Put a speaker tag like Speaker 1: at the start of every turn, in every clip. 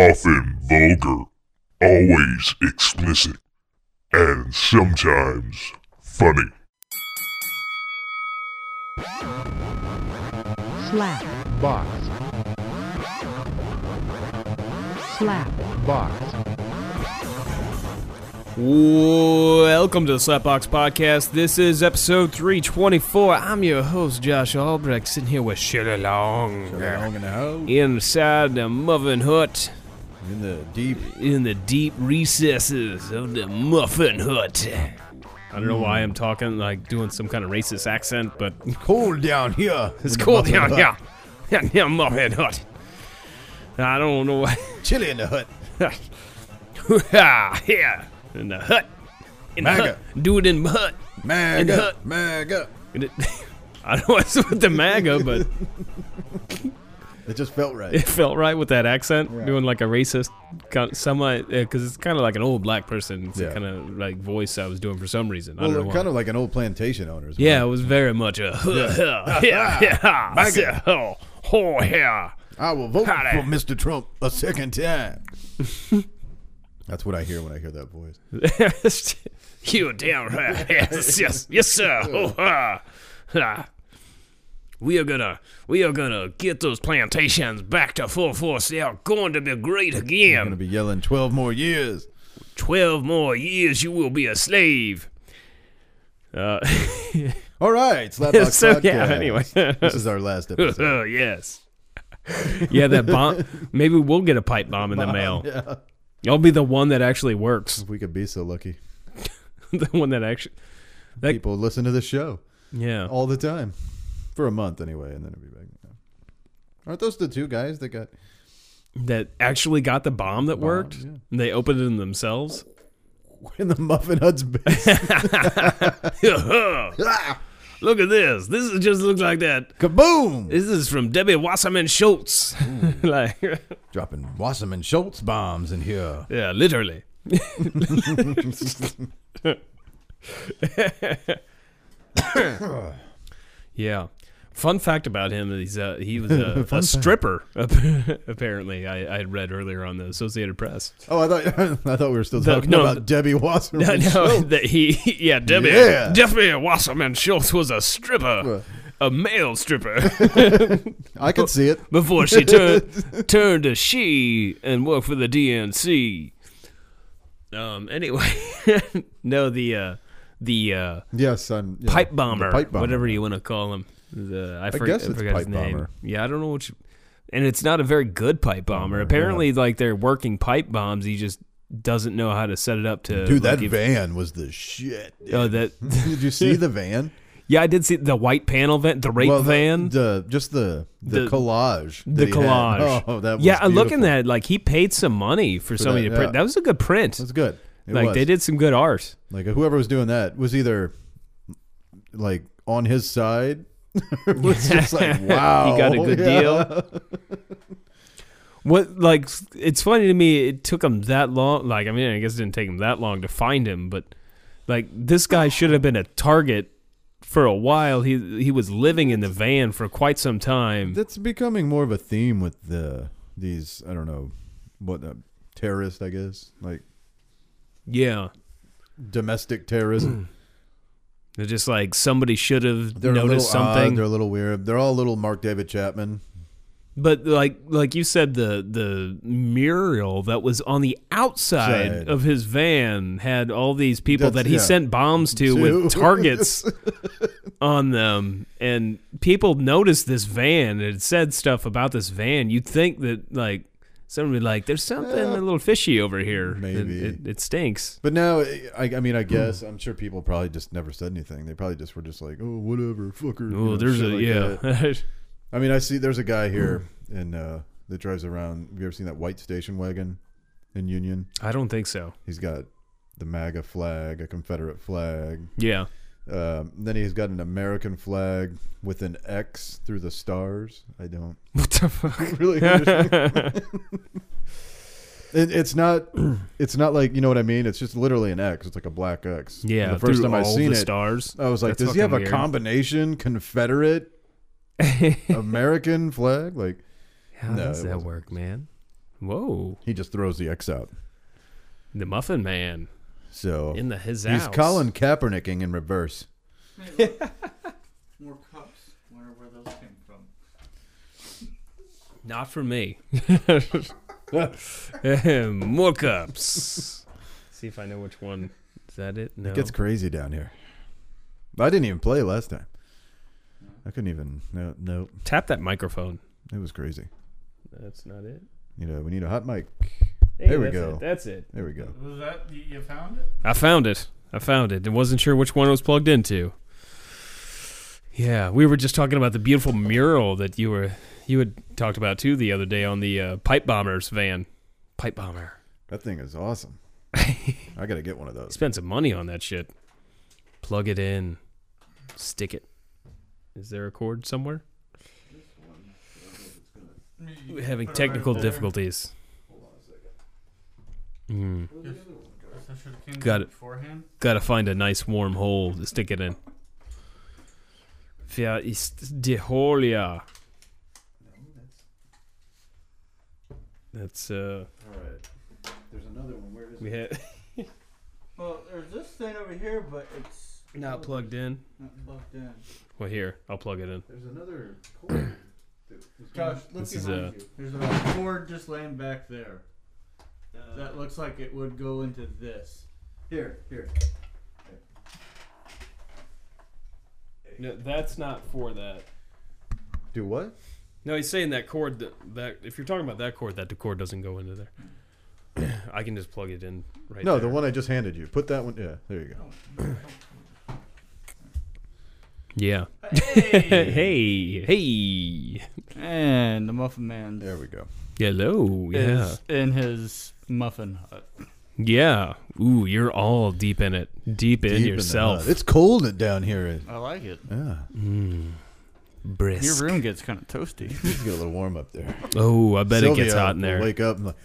Speaker 1: often vulgar, always explicit, and sometimes funny.
Speaker 2: slap
Speaker 3: box,
Speaker 2: slap
Speaker 3: box.
Speaker 4: Welcome to the Slapbox Podcast. This is episode 324. I'm your host, Josh Albrecht, sitting here with Shirley Long.
Speaker 5: Long in the house,
Speaker 4: Inside the Muffin Hut,
Speaker 5: in the deep.
Speaker 4: in the deep recesses of the Muffin Hut. I don't know why I'm talking like doing some kind of racist accent, but
Speaker 5: Cold down here.
Speaker 4: it's cool down here. Yeah, yeah, Muffin Hut. I don't know why.
Speaker 5: Chilly in the hut.
Speaker 4: yeah, in the hut. In the
Speaker 5: MAGA.
Speaker 4: hut. Do it in the hut. In the
Speaker 5: Maga,
Speaker 4: hut.
Speaker 5: maga.
Speaker 4: And it- I don't know what's with the MAGA, but
Speaker 5: It just felt right.
Speaker 4: it felt right with that accent, doing like a racist, kind of, semi, because it's kind of like an old black person it's
Speaker 5: Yeah.
Speaker 4: kind of like voice I was doing for some reason. I don't
Speaker 5: Well,
Speaker 4: know
Speaker 5: kind
Speaker 4: why.
Speaker 5: of like an old plantation owner's.
Speaker 4: Yeah, it was very much a yeah, yeah, yeah,
Speaker 5: MAGA.
Speaker 4: oh, oh, yeah.
Speaker 5: I will vote
Speaker 4: Howdy.
Speaker 5: for Mr. Trump a second time. That's what I hear when I hear that voice.
Speaker 4: you damn right. Yes, yes, yes, sir. Oh, ah. Ah. We are gonna, we are gonna get those plantations back to full force. They are going to be great
Speaker 5: I'm gonna
Speaker 4: again.
Speaker 5: be yelling twelve more years.
Speaker 4: Twelve more years, you will be a slave. Uh,
Speaker 5: All right, Slapbox
Speaker 4: So,
Speaker 5: podcast.
Speaker 4: yeah, anyway.
Speaker 5: this is our last episode.
Speaker 4: oh, yes. Yeah, that bomb. Maybe we'll get a pipe bomb in the mail.
Speaker 5: Yeah.
Speaker 4: I'll be the one that actually works.
Speaker 5: If we could be so lucky,
Speaker 4: the one that actually, Like-
Speaker 5: people listen to this show
Speaker 4: yeah.
Speaker 5: all the time for a month anyway, and then it'll be back. Aren't those the two guys that got?
Speaker 4: that actually got the bomb that worked.
Speaker 5: yeah.
Speaker 4: And they opened it themselves.
Speaker 5: in the Muffin Hut's base.
Speaker 4: Look
Speaker 5: Ah,
Speaker 4: at this. This is just looks like that.
Speaker 5: Kaboom!
Speaker 4: This is from Debbie Wasserman Schultz. like,
Speaker 5: Dropping Wasserman Schultz bombs in here.
Speaker 4: yeah, literally. yeah. Fun fact about him is uh, he was a, a stripper, ap- apparently. I, I had read earlier on the Associated Press.
Speaker 5: Oh, I thought I thought we were still talking
Speaker 4: no,
Speaker 5: about
Speaker 4: the-
Speaker 5: Debbie Wasserman
Speaker 4: No, no,
Speaker 5: Schultz.
Speaker 4: that he, yeah, Debbie,
Speaker 5: Yeah.
Speaker 4: Debbie Wasserman Schultz was a stripper,
Speaker 5: Well.
Speaker 4: a male stripper,
Speaker 5: I could see it.
Speaker 4: before she turned turned to she and worked for the DNC. Um. Anyway, no, the uh, the uh,
Speaker 5: Yes, I'm yeah,
Speaker 4: pipe
Speaker 5: the
Speaker 4: bomber,
Speaker 5: pipe bomber.
Speaker 4: whatever you want to call him. The, I, for,
Speaker 5: guess
Speaker 4: I
Speaker 5: it's
Speaker 4: forgot his
Speaker 5: pipe
Speaker 4: name.
Speaker 5: bomber.
Speaker 4: Yeah, I don't know what. You, and it's not a very good pipe bomber. Apparently, like they're working pipe bombs. He just doesn't know how to set it up to.
Speaker 5: Dude, that
Speaker 4: like, if-
Speaker 5: van was the shit.
Speaker 4: Oh, that
Speaker 5: Did you see the van?
Speaker 4: Yeah, I did see the white panel van, the rape
Speaker 5: Well, the-
Speaker 4: van, the,
Speaker 5: The, just the the,
Speaker 4: The-
Speaker 5: collage. that he had.
Speaker 4: collage.
Speaker 5: Oh, that was
Speaker 4: yeah, I'm looking
Speaker 5: beautiful.
Speaker 4: at it, like he paid some money for somebody
Speaker 5: that,
Speaker 4: to print.
Speaker 5: yeah.
Speaker 4: That was a good print.
Speaker 5: That's good. It
Speaker 4: like
Speaker 5: was.
Speaker 4: they did some good art.
Speaker 5: Like whoever was doing that was either like on his side. or was just like wow.
Speaker 4: he got a good
Speaker 5: Oh, yeah.
Speaker 4: deal. What like it's funny to me. It took him that long. Like I mean, I guess it didn't take him that long to find him, but like this guy should have been a target for a while. He he was living in the van for quite some time.
Speaker 5: that's becoming more of a theme with the these I don't know what uh, terrorist I guess like
Speaker 4: Yeah,
Speaker 5: domestic terrorism.
Speaker 4: They're just like somebody should have
Speaker 5: They're a little
Speaker 4: noticed
Speaker 5: odd,
Speaker 4: something.
Speaker 5: they're a little weird. They're all little Mark David Chapman.
Speaker 4: But like like you said, the the mural that was on the outside
Speaker 5: Side.
Speaker 4: of his van had all these people
Speaker 5: That's-
Speaker 4: that he
Speaker 5: yeah.
Speaker 4: sent bombs to
Speaker 5: To.
Speaker 4: with targets on them, and people noticed this van. and It said stuff about this van. You'd think that like somebody would be like there's something a little fishy over here. It-
Speaker 5: Maybe.
Speaker 4: it, it stinks.
Speaker 5: But now, I, I mean, I
Speaker 4: Hmm.
Speaker 5: guess I'm sure people probably just never said anything. They probably just were just like, oh, whatever, fucker. you
Speaker 4: Oh,
Speaker 5: know,
Speaker 4: there's a
Speaker 5: shit like
Speaker 4: yeah.
Speaker 5: that. I mean, I see there's a guy here and uh, that drives around. Have you ever seen that white station wagon in Union?
Speaker 4: I don't think so.
Speaker 5: He's got the MAGA flag, a Confederate flag.
Speaker 4: Yeah.
Speaker 5: Um, then he's got an American flag with an X through the stars. I don't
Speaker 4: What the fuck?
Speaker 5: really understand. it, it's not. It's not like you know what I mean. It's just literally an X. It's like a black X. And
Speaker 4: Yeah.
Speaker 5: the first
Speaker 4: through
Speaker 5: time I
Speaker 4: all
Speaker 5: seen
Speaker 4: the
Speaker 5: it,
Speaker 4: stars.
Speaker 5: I was like,
Speaker 4: That's
Speaker 5: does he have a
Speaker 4: fucking weird.
Speaker 5: combination Oh. Confederate American flag? Like,
Speaker 4: How
Speaker 5: No,
Speaker 4: does
Speaker 5: it
Speaker 4: that
Speaker 5: wasn't.
Speaker 4: work, man? Whoa,
Speaker 5: He just throws the X out.
Speaker 4: the Muffin Man
Speaker 5: So
Speaker 4: in the his
Speaker 5: Oh. he's
Speaker 4: house.
Speaker 5: Colin Kaepernicking in reverse.
Speaker 3: More cups. Wonder where those came from.
Speaker 4: Not for me. More cups. See if I know which one. Is that it? No.
Speaker 5: It gets crazy down here. I didn't even play last time. I couldn't even. No, no,
Speaker 4: Tap that microphone.
Speaker 5: it was crazy.
Speaker 4: That's not it.
Speaker 5: You know, we need a hot mic.
Speaker 4: Hey,
Speaker 5: There we
Speaker 4: that's
Speaker 5: go.
Speaker 4: it, That's it.
Speaker 5: There we go.
Speaker 3: Was that you, you found it?
Speaker 4: I found it. I found it. I wasn't sure which one it was plugged into. Yeah, we were just talking about the beautiful mural that you were you had talked about too the other day on the uh, pipe bombers van. Pipe bomber.
Speaker 5: That thing is awesome. I gotta get one of those.
Speaker 4: Spend some money on that shit. Plug it in. Stick it. Is there a cord somewhere? We're having technical difficulties. Mm.
Speaker 3: I should have came
Speaker 4: Got
Speaker 3: to
Speaker 4: it.
Speaker 3: beforehand.
Speaker 4: Gotta find a nice warm hole to stick it in. Wer ist die Holia? That's uh
Speaker 5: All right. There's another one. Where is
Speaker 4: we had
Speaker 3: Well, there's this thing over here, but it's
Speaker 4: not plugged in.
Speaker 3: not plugged in.
Speaker 4: Well here, I'll plug it in.
Speaker 5: There's another cord.
Speaker 3: Josh, look
Speaker 4: This is uh,
Speaker 3: behind
Speaker 4: a-
Speaker 3: you. There's a cord just laying back there. that looks like it would go into this.
Speaker 5: Here, here.
Speaker 4: No, that's not for that.
Speaker 5: Do what?
Speaker 4: No, he's saying that cord that, that if you're talking about that cord, that cord doesn't go into there. I can just plug it in right
Speaker 5: no,
Speaker 4: there.
Speaker 5: the one I just handed you. Put that one. Yeah, there you go.
Speaker 4: Yeah.
Speaker 3: Hey!
Speaker 4: Hey, hey.
Speaker 3: and the Muffin Man
Speaker 5: There we go.
Speaker 4: Hello. Yeah.
Speaker 3: is in his muffin hut.
Speaker 4: Yeah. Ooh, you're all deep in it. Deep in
Speaker 5: Deep in the
Speaker 4: yourself.
Speaker 5: nut. it's cold down here.
Speaker 3: I like it.
Speaker 5: Yeah,
Speaker 3: Your
Speaker 4: brisk.
Speaker 3: room gets kind of toasty.
Speaker 5: it's get a little warm up there.
Speaker 4: Oh, I bet
Speaker 5: Sylvia
Speaker 4: it gets hot in
Speaker 5: will
Speaker 4: there.
Speaker 5: Wake up and like,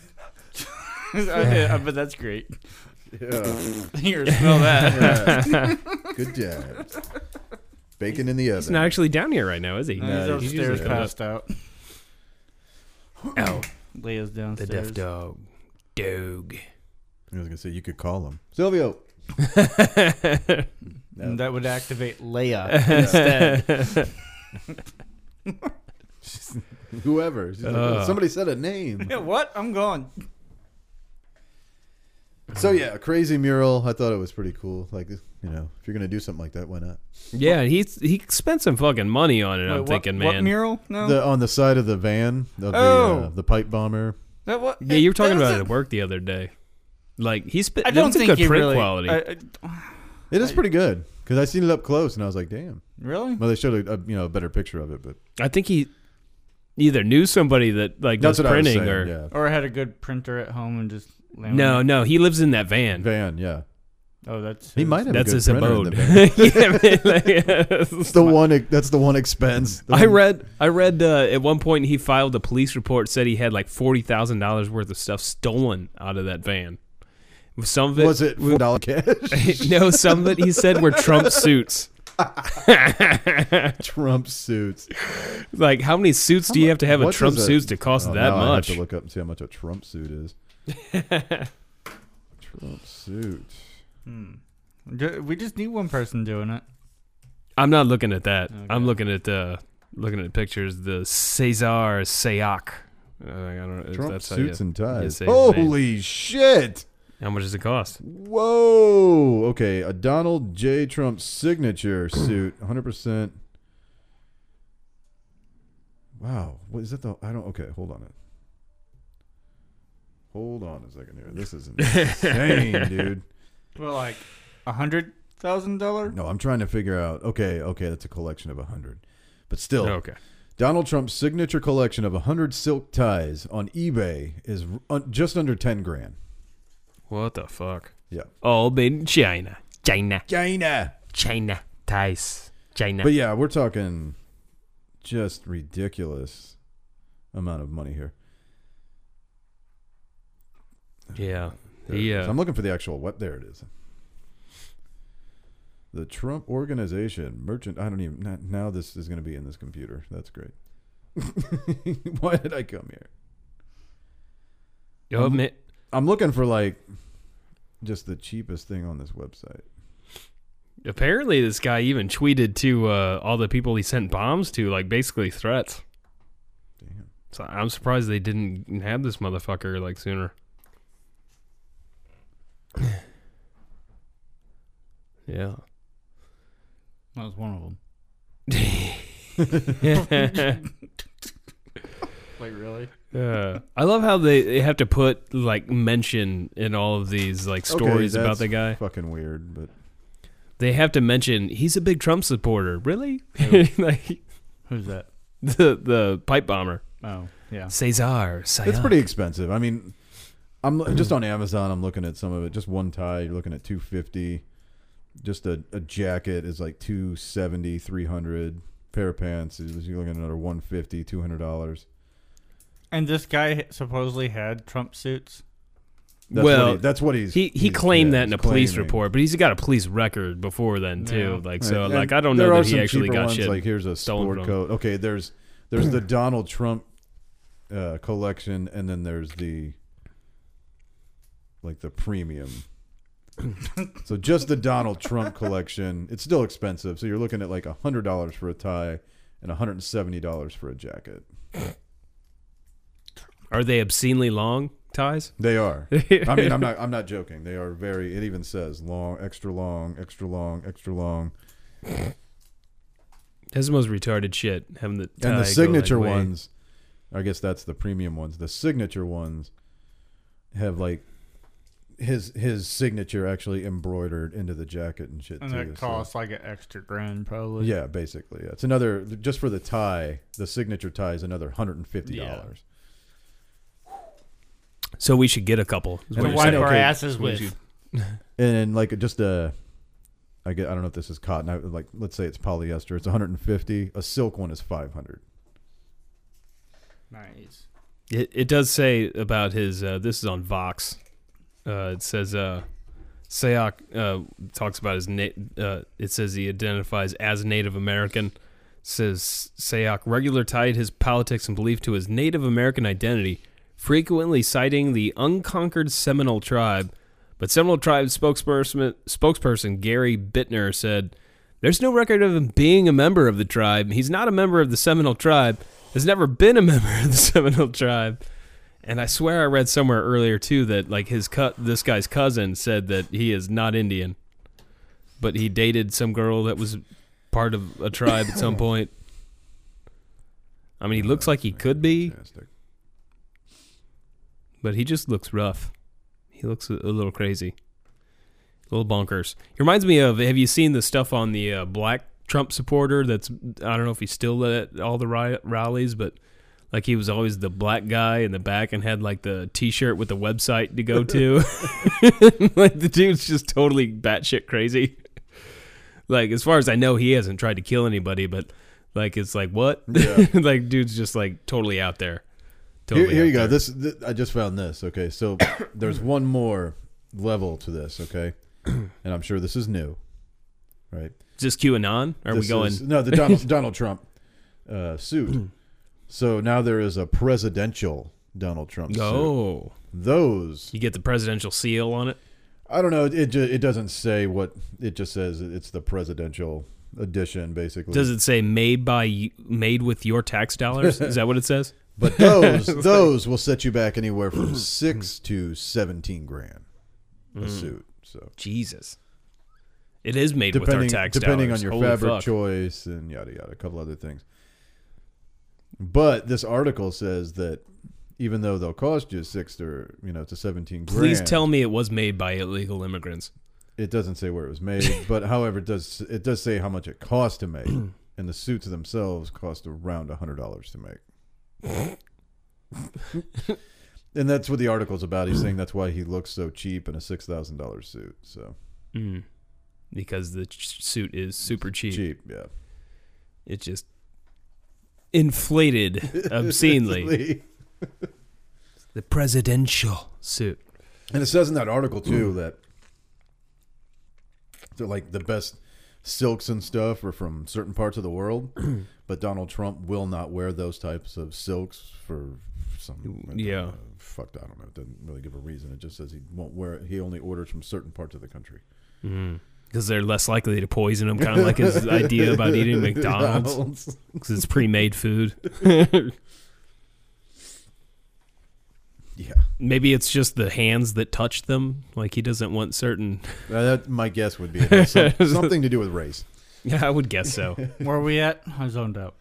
Speaker 3: I, I bet that's great.
Speaker 5: yeah,
Speaker 3: Here, smell that.
Speaker 5: yeah. good job. Bacon in the oven.
Speaker 4: He's not actually down here right now, is he?
Speaker 3: He's
Speaker 5: No, he's
Speaker 3: upstairs,
Speaker 5: usually-
Speaker 3: passed out.
Speaker 4: Oh,
Speaker 3: Leah's
Speaker 4: the
Speaker 3: downstairs.
Speaker 4: deaf dog. Dog.
Speaker 5: I was gonna say you could call him Silvio. No.
Speaker 3: And that would activate Leia instead.
Speaker 5: Whoever. She's like, "Oh,
Speaker 4: Uh.
Speaker 5: somebody said a name.
Speaker 3: what? I'm going.
Speaker 5: so yeah, a crazy mural. I thought it was pretty cool. Like you know, if you're gonna do something like that, why not?
Speaker 4: Yeah, he's he spent some fucking money on it.
Speaker 3: Wait,
Speaker 4: I'm
Speaker 3: what,
Speaker 4: thinking,
Speaker 3: what
Speaker 4: man.
Speaker 3: mural? No.
Speaker 5: The on the side of the van of the uh,
Speaker 3: Oh.
Speaker 5: the pipe bomber.
Speaker 3: that what?
Speaker 4: yeah, you were talking about it
Speaker 3: that's
Speaker 4: at
Speaker 3: a-
Speaker 4: work the other day. Like he spent.
Speaker 3: I don't
Speaker 4: them's
Speaker 3: think
Speaker 4: good
Speaker 3: you
Speaker 4: print
Speaker 3: really.
Speaker 4: quality.
Speaker 3: I- I-
Speaker 5: It is pretty good because I seen it up close and I was like, damn.
Speaker 3: really?
Speaker 5: Well, they showed a, a you know a better picture of it, but
Speaker 4: I think he either knew somebody that like
Speaker 5: that's
Speaker 4: does
Speaker 5: what
Speaker 4: printing
Speaker 5: I was saying.
Speaker 4: or
Speaker 5: yeah.
Speaker 3: Or I had a good printer at home and just. laminated-
Speaker 4: no, no, he lives in that van.
Speaker 5: Van, yeah,
Speaker 3: Oh, that's.
Speaker 5: he
Speaker 3: his.
Speaker 5: might have.
Speaker 4: That's
Speaker 5: a
Speaker 4: his abode.
Speaker 5: good printer in The van.
Speaker 4: Yeah, man, like,
Speaker 5: That's the one. That's the one expense. The
Speaker 4: I
Speaker 5: one-
Speaker 4: read. I read. Uh, at one point, he filed a police report. Said he had like forty thousand dollars worth of stuff stolen out of that van. Some of it
Speaker 5: was it four dollar cash?
Speaker 4: no, some of it he said were Trump suits.
Speaker 5: Trump suits.
Speaker 4: Like, how many suits do you have to have a
Speaker 5: What
Speaker 4: Trump
Speaker 5: is a-
Speaker 4: suits to cost
Speaker 5: Oh,
Speaker 4: that
Speaker 5: now I have
Speaker 4: much?
Speaker 5: to look up and see how much a Trump suit is. Trump suit.
Speaker 6: Hmm.
Speaker 3: Ju- We just need one person doing it.
Speaker 4: I'm not looking at that.
Speaker 3: Okay.
Speaker 4: I'm looking at uh, looking at pictures. The Cesar Sayoc. Uh, I don't know. if
Speaker 5: Trump
Speaker 4: that's how you-
Speaker 5: suits and ties.
Speaker 4: say his
Speaker 5: Holy shit!
Speaker 4: How much does it cost?
Speaker 5: Whoa. Okay, a Donald J. Trump signature suit, 100%. Wow. What is that the I don't okay, hold on it. Hold on a second here. This is insane, dude.
Speaker 3: Well, like a hundred thousand dollar.
Speaker 5: No, I'm trying to figure out. Okay, okay, that's a collection of 100. But still,
Speaker 4: Okay.
Speaker 5: Donald Trump's signature collection of 100 silk ties on eBay is r- un- just under 10 grand.
Speaker 4: What the fuck?
Speaker 5: Yeah.
Speaker 4: All made in China. China.
Speaker 5: China.
Speaker 4: China. Ties. China.
Speaker 5: But yeah, we're talking just ridiculous amount of money here.
Speaker 4: yeah.
Speaker 5: There it is.
Speaker 4: Yeah.
Speaker 5: I'm looking for the actual what there it is. The Trump Organization merchant I don't even not, now this is going to be in this computer. That's great. Why did I come here?
Speaker 4: Oh, man.
Speaker 5: I'm looking for like just the cheapest thing on this website.
Speaker 4: Apparently, this guy even tweeted to uh, all the people he sent bombs to, like basically threats.
Speaker 5: Damn.
Speaker 4: So I'm surprised they didn't have this motherfucker like sooner. yeah.
Speaker 6: That was one of them.
Speaker 3: Like really?
Speaker 4: Yeah. I love how they, they have to put like mention in all of these like
Speaker 5: Okay,
Speaker 4: stories about
Speaker 5: that's
Speaker 4: the guy.
Speaker 5: Fucking weird, but
Speaker 4: They have to mention he's a big Trump supporter. Really? like
Speaker 6: Who's that?
Speaker 4: the the pipe bomber.
Speaker 6: Oh, yeah.
Speaker 4: Cesar.
Speaker 5: it's pretty expensive. I mean, I'm lo- just on Amazon. I'm looking at some of it. Just one tie, you're looking at 250. Just a, a jacket is like 270, 300. Pair of pants is you're looking at another 150, 200 dollars.
Speaker 6: And this guy supposedly had Trump suits.
Speaker 5: what
Speaker 4: Well,
Speaker 5: he- that's what he's
Speaker 4: He he
Speaker 5: he's-
Speaker 4: claimed
Speaker 5: yeah,
Speaker 4: that in a
Speaker 5: he's
Speaker 4: police
Speaker 5: claiming.
Speaker 4: report, but he's got a police record before then too.
Speaker 6: Yeah.
Speaker 4: Like so,
Speaker 5: Right,
Speaker 4: like
Speaker 5: and
Speaker 4: I don't
Speaker 5: there
Speaker 4: know
Speaker 5: are
Speaker 4: that he
Speaker 5: some
Speaker 4: actually
Speaker 5: cheaper
Speaker 4: got
Speaker 5: ones,
Speaker 4: shit.
Speaker 5: Like here's a
Speaker 4: stolen
Speaker 5: sport
Speaker 4: from
Speaker 5: coat. Okay, there's there's the Donald Trump uh, collection, and then there's the like the premium. so just the Donald Trump collection, it's still expensive. So you're looking at like hundred dollars for a tie and hundred and seventy dollars for a jacket.
Speaker 4: Are they obscenely long ties?
Speaker 5: They are. I mean, I'm not. I'm not joking. They are very. It even says long, extra long, extra long, extra long.
Speaker 4: That's the most retarded shit. Having the tie
Speaker 5: and
Speaker 4: go,
Speaker 5: the
Speaker 4: like,
Speaker 5: signature
Speaker 4: way-
Speaker 5: ones i guess that's the premium ones the signature ones have like his his signature actually embroidered into the jacket and shit
Speaker 6: And
Speaker 5: too,
Speaker 6: that
Speaker 5: so-
Speaker 6: costs like an extra grand, probably.
Speaker 5: yeah basically yeah. it's another just for the tie the signature tie is another $150
Speaker 4: So we should get a couple. is
Speaker 5: And
Speaker 4: what you're
Speaker 5: why
Speaker 6: To wipe
Speaker 4: saying.
Speaker 5: don't-
Speaker 6: our
Speaker 5: Okay.
Speaker 6: asses with.
Speaker 5: and then like just a I, get, I don't know if this is cotton I, like let's say it's polyester it's 150 a silk one is 500
Speaker 6: Nice.
Speaker 4: It, it does say about his. Uh, this is on Vox. Uh, it says uh, Sayoc uh, talks about his. Na- uh, it says he identifies as Native American. Says Sayoc regular tied his politics and belief to his Native American identity, frequently citing the unconquered Seminole tribe. But Seminole tribe spokesperson spokesperson Gary Bittner said, "There's no record of him being a member of the tribe. He's not a member of the Seminole tribe. Has never been a member of the Seminole tribe." And I swear I read somewhere earlier too that like his cut this guy's cousin said that he is not Indian, but he dated some girl that was part of a tribe at some point. I mean, he looks like he could be,
Speaker 5: Fantastic.
Speaker 4: but he just looks rough. He looks a, a little crazy, a little bonkers. He reminds me of. Have you seen the stuff on the uh, black Trump supporter? That's I don't know if he's still at all the ri- rallies, but like he was always the black guy in the back and had like the T-shirt with the website to go to. like the dude's just totally batshit crazy. Like as far as I know, he hasn't tried to kill anybody, but like it's like what?
Speaker 5: Yeah.
Speaker 4: like dude's just like totally out there.
Speaker 5: Here,
Speaker 4: Totally
Speaker 5: here
Speaker 4: out
Speaker 5: you go.
Speaker 4: there.
Speaker 5: This, th I just found this. Okay, so there's one more level to this. Okay, and I'm sure this is new, right?
Speaker 4: Is this QAnon? Are we
Speaker 5: This
Speaker 4: going?
Speaker 5: is- no, the Donald, Donald Trump uh, suit. so now there is a presidential Donald Trump suit.
Speaker 4: Oh,
Speaker 5: Those
Speaker 4: you get the presidential seal on it.
Speaker 5: I don't know. It it, ju- it doesn't say what. It just says it's the presidential edition, basically.
Speaker 4: Does it say made by you- made with your tax dollars? Is that what it says?
Speaker 5: But those those will set you back anywhere from six to seventeen grand a
Speaker 4: Mm.
Speaker 5: suit. So.
Speaker 4: Jesus, it is made with our tax
Speaker 5: depending
Speaker 4: dollars.
Speaker 5: on your
Speaker 4: Holy
Speaker 5: fabric
Speaker 4: fuck.
Speaker 5: choice and yada yada, a couple other things. But this article says that even though they'll cost you six or you know to seventeen grand,
Speaker 4: Please tell me it was made by illegal immigrants.
Speaker 5: it doesn't say where it was made, but however, it does it does say how much it cost to make, and the suits themselves cost around hundred dollars to make. and that's what the article's about. He's saying that's why he looks so cheap in a six thousand dollar suit. So
Speaker 4: Mm. Because the ch- suit is super cheap.
Speaker 5: cheap, yeah,
Speaker 4: It just inflated obscenely. the presidential suit.
Speaker 5: And it says in that article too that they're like the best silks and stuff are from certain parts of the world, but Donald Trump will not wear those types of silks for some
Speaker 4: Yeah.
Speaker 5: uh, fucked. I don't know. It doesn't really give a reason. It just says he won't wear it. He only orders from certain parts of the country. Mm-hmm.
Speaker 4: Because they're less likely to poison him, kind of like his idea about eating McDonald's
Speaker 5: McDonald's.
Speaker 4: because it's pre-made food.
Speaker 5: Yeah,
Speaker 4: Maybe it's just the hands that touch them. Like he doesn't want certain.
Speaker 5: Uh, that my guess would be it has some- something to do with race.
Speaker 4: Yeah, I would guess so.
Speaker 6: Where are we at? I zoned out.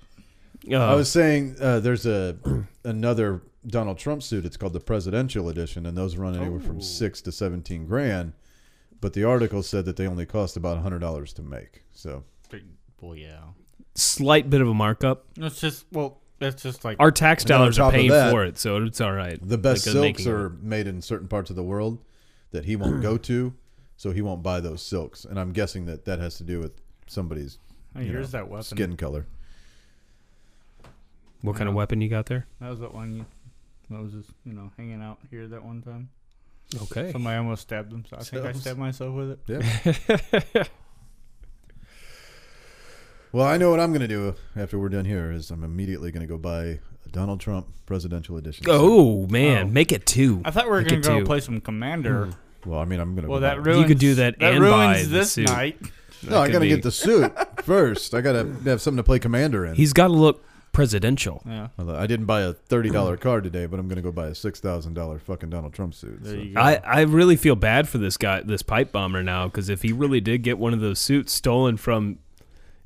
Speaker 4: Uh,
Speaker 5: I was saying uh, there's a another Donald Trump suit. It's called the presidential edition, and those run anywhere
Speaker 4: Oh.
Speaker 5: from six to seventeen grand. But the article said that they only cost about hundred dollars to make. So
Speaker 6: Well, yeah.
Speaker 4: slight bit of a markup.
Speaker 6: It's just well, that's just like
Speaker 4: Our tax
Speaker 5: And on
Speaker 4: dollars
Speaker 5: top
Speaker 4: are
Speaker 5: of
Speaker 4: paying
Speaker 5: that,
Speaker 4: for it, so it's all right.
Speaker 5: the best
Speaker 4: Like, they're
Speaker 5: silks
Speaker 4: making
Speaker 5: are made in certain parts of the world that he won't go to, so he won't buy those silks. And I'm guessing that that has to do with somebody's
Speaker 6: hey,
Speaker 5: you
Speaker 6: here's
Speaker 5: know,
Speaker 6: that weapon.
Speaker 5: skin color.
Speaker 4: What kind of weapon you got there?
Speaker 6: That was that one. You, that was just you know hanging out here that one time.
Speaker 4: Okay.
Speaker 6: Somebody almost stabbed him, so I think I
Speaker 5: Sells.
Speaker 6: stabbed myself with it.
Speaker 5: Well, I know what I'm going to do after we're done here is I'm immediately going to go buy a Donald Trump presidential edition. suit.
Speaker 4: Oh man,
Speaker 6: Oh.
Speaker 4: make it two.
Speaker 6: I thought we were
Speaker 4: Make
Speaker 6: gonna
Speaker 4: it
Speaker 6: go
Speaker 4: two.
Speaker 6: play some Commander.
Speaker 5: Well, I mean, I'm going to.
Speaker 6: Well,
Speaker 5: go buy
Speaker 6: that
Speaker 5: one.
Speaker 6: ruins.
Speaker 4: Hmm. could do that and buy
Speaker 6: ruins
Speaker 4: the
Speaker 6: this
Speaker 4: suit.
Speaker 6: night.
Speaker 5: No, I
Speaker 4: could
Speaker 5: got to
Speaker 4: be-
Speaker 5: get the suit first. I got to have something to play Commander in.
Speaker 4: He's got to look presidential.
Speaker 6: Yeah.
Speaker 5: Although I didn't buy a thirty dollar card today, but I'm going to go buy a six thousand dollar fucking Donald Trump suit.
Speaker 6: There
Speaker 5: so.
Speaker 6: you go.
Speaker 4: I, I really feel bad for this guy, this pipe bomber now, because if he really did get one of those suits stolen from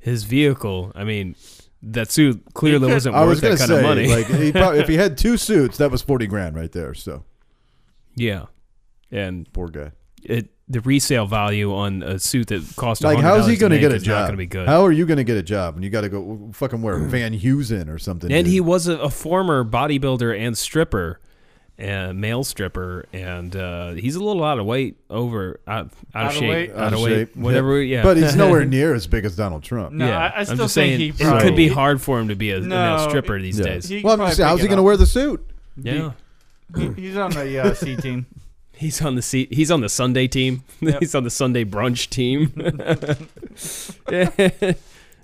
Speaker 4: his vehicle, I mean, that suit clearly
Speaker 6: could-
Speaker 4: wasn't
Speaker 5: I
Speaker 4: worth
Speaker 5: was
Speaker 4: that
Speaker 5: going to
Speaker 4: kind
Speaker 5: say,
Speaker 4: of money.
Speaker 5: like, he probably, if he had two suits, that was forty grand right there. So
Speaker 4: yeah, and
Speaker 5: poor guy.
Speaker 4: it the resale value on a suit that cost
Speaker 5: Like, how's he
Speaker 4: going to
Speaker 5: get a
Speaker 4: is Not
Speaker 5: job?
Speaker 4: going to be good.
Speaker 5: How are you going to get a job when you got to go fucking wear Van Heusen or something?
Speaker 4: and
Speaker 5: dude?
Speaker 4: he was a, a former bodybuilder and stripper, uh, male stripper, and uh, he's a little out of weight, over out, out,
Speaker 6: Out
Speaker 4: of
Speaker 6: of
Speaker 4: shape,
Speaker 6: weight.
Speaker 4: out, of weight, whatever. Yeah,
Speaker 5: But he's nowhere near as big as Donald Trump.
Speaker 6: No,
Speaker 4: yeah,
Speaker 6: I, I still
Speaker 4: am just
Speaker 6: think
Speaker 4: saying
Speaker 6: he
Speaker 4: it
Speaker 6: probably,
Speaker 4: could be hard for him to be a, a male
Speaker 6: No,
Speaker 4: stripper
Speaker 6: it-
Speaker 4: these
Speaker 5: Yeah.
Speaker 4: days.
Speaker 6: He
Speaker 5: Well, I'm
Speaker 6: could
Speaker 5: just
Speaker 6: probably
Speaker 5: saying, how's
Speaker 6: pick
Speaker 5: he
Speaker 6: it
Speaker 5: going to
Speaker 6: up.
Speaker 5: wear the suit?
Speaker 4: yeah.
Speaker 6: He- He's on the uh, C team.
Speaker 4: He's on the seat. He's on the Sunday team.
Speaker 6: Yep.
Speaker 4: he's on the Sunday brunch team.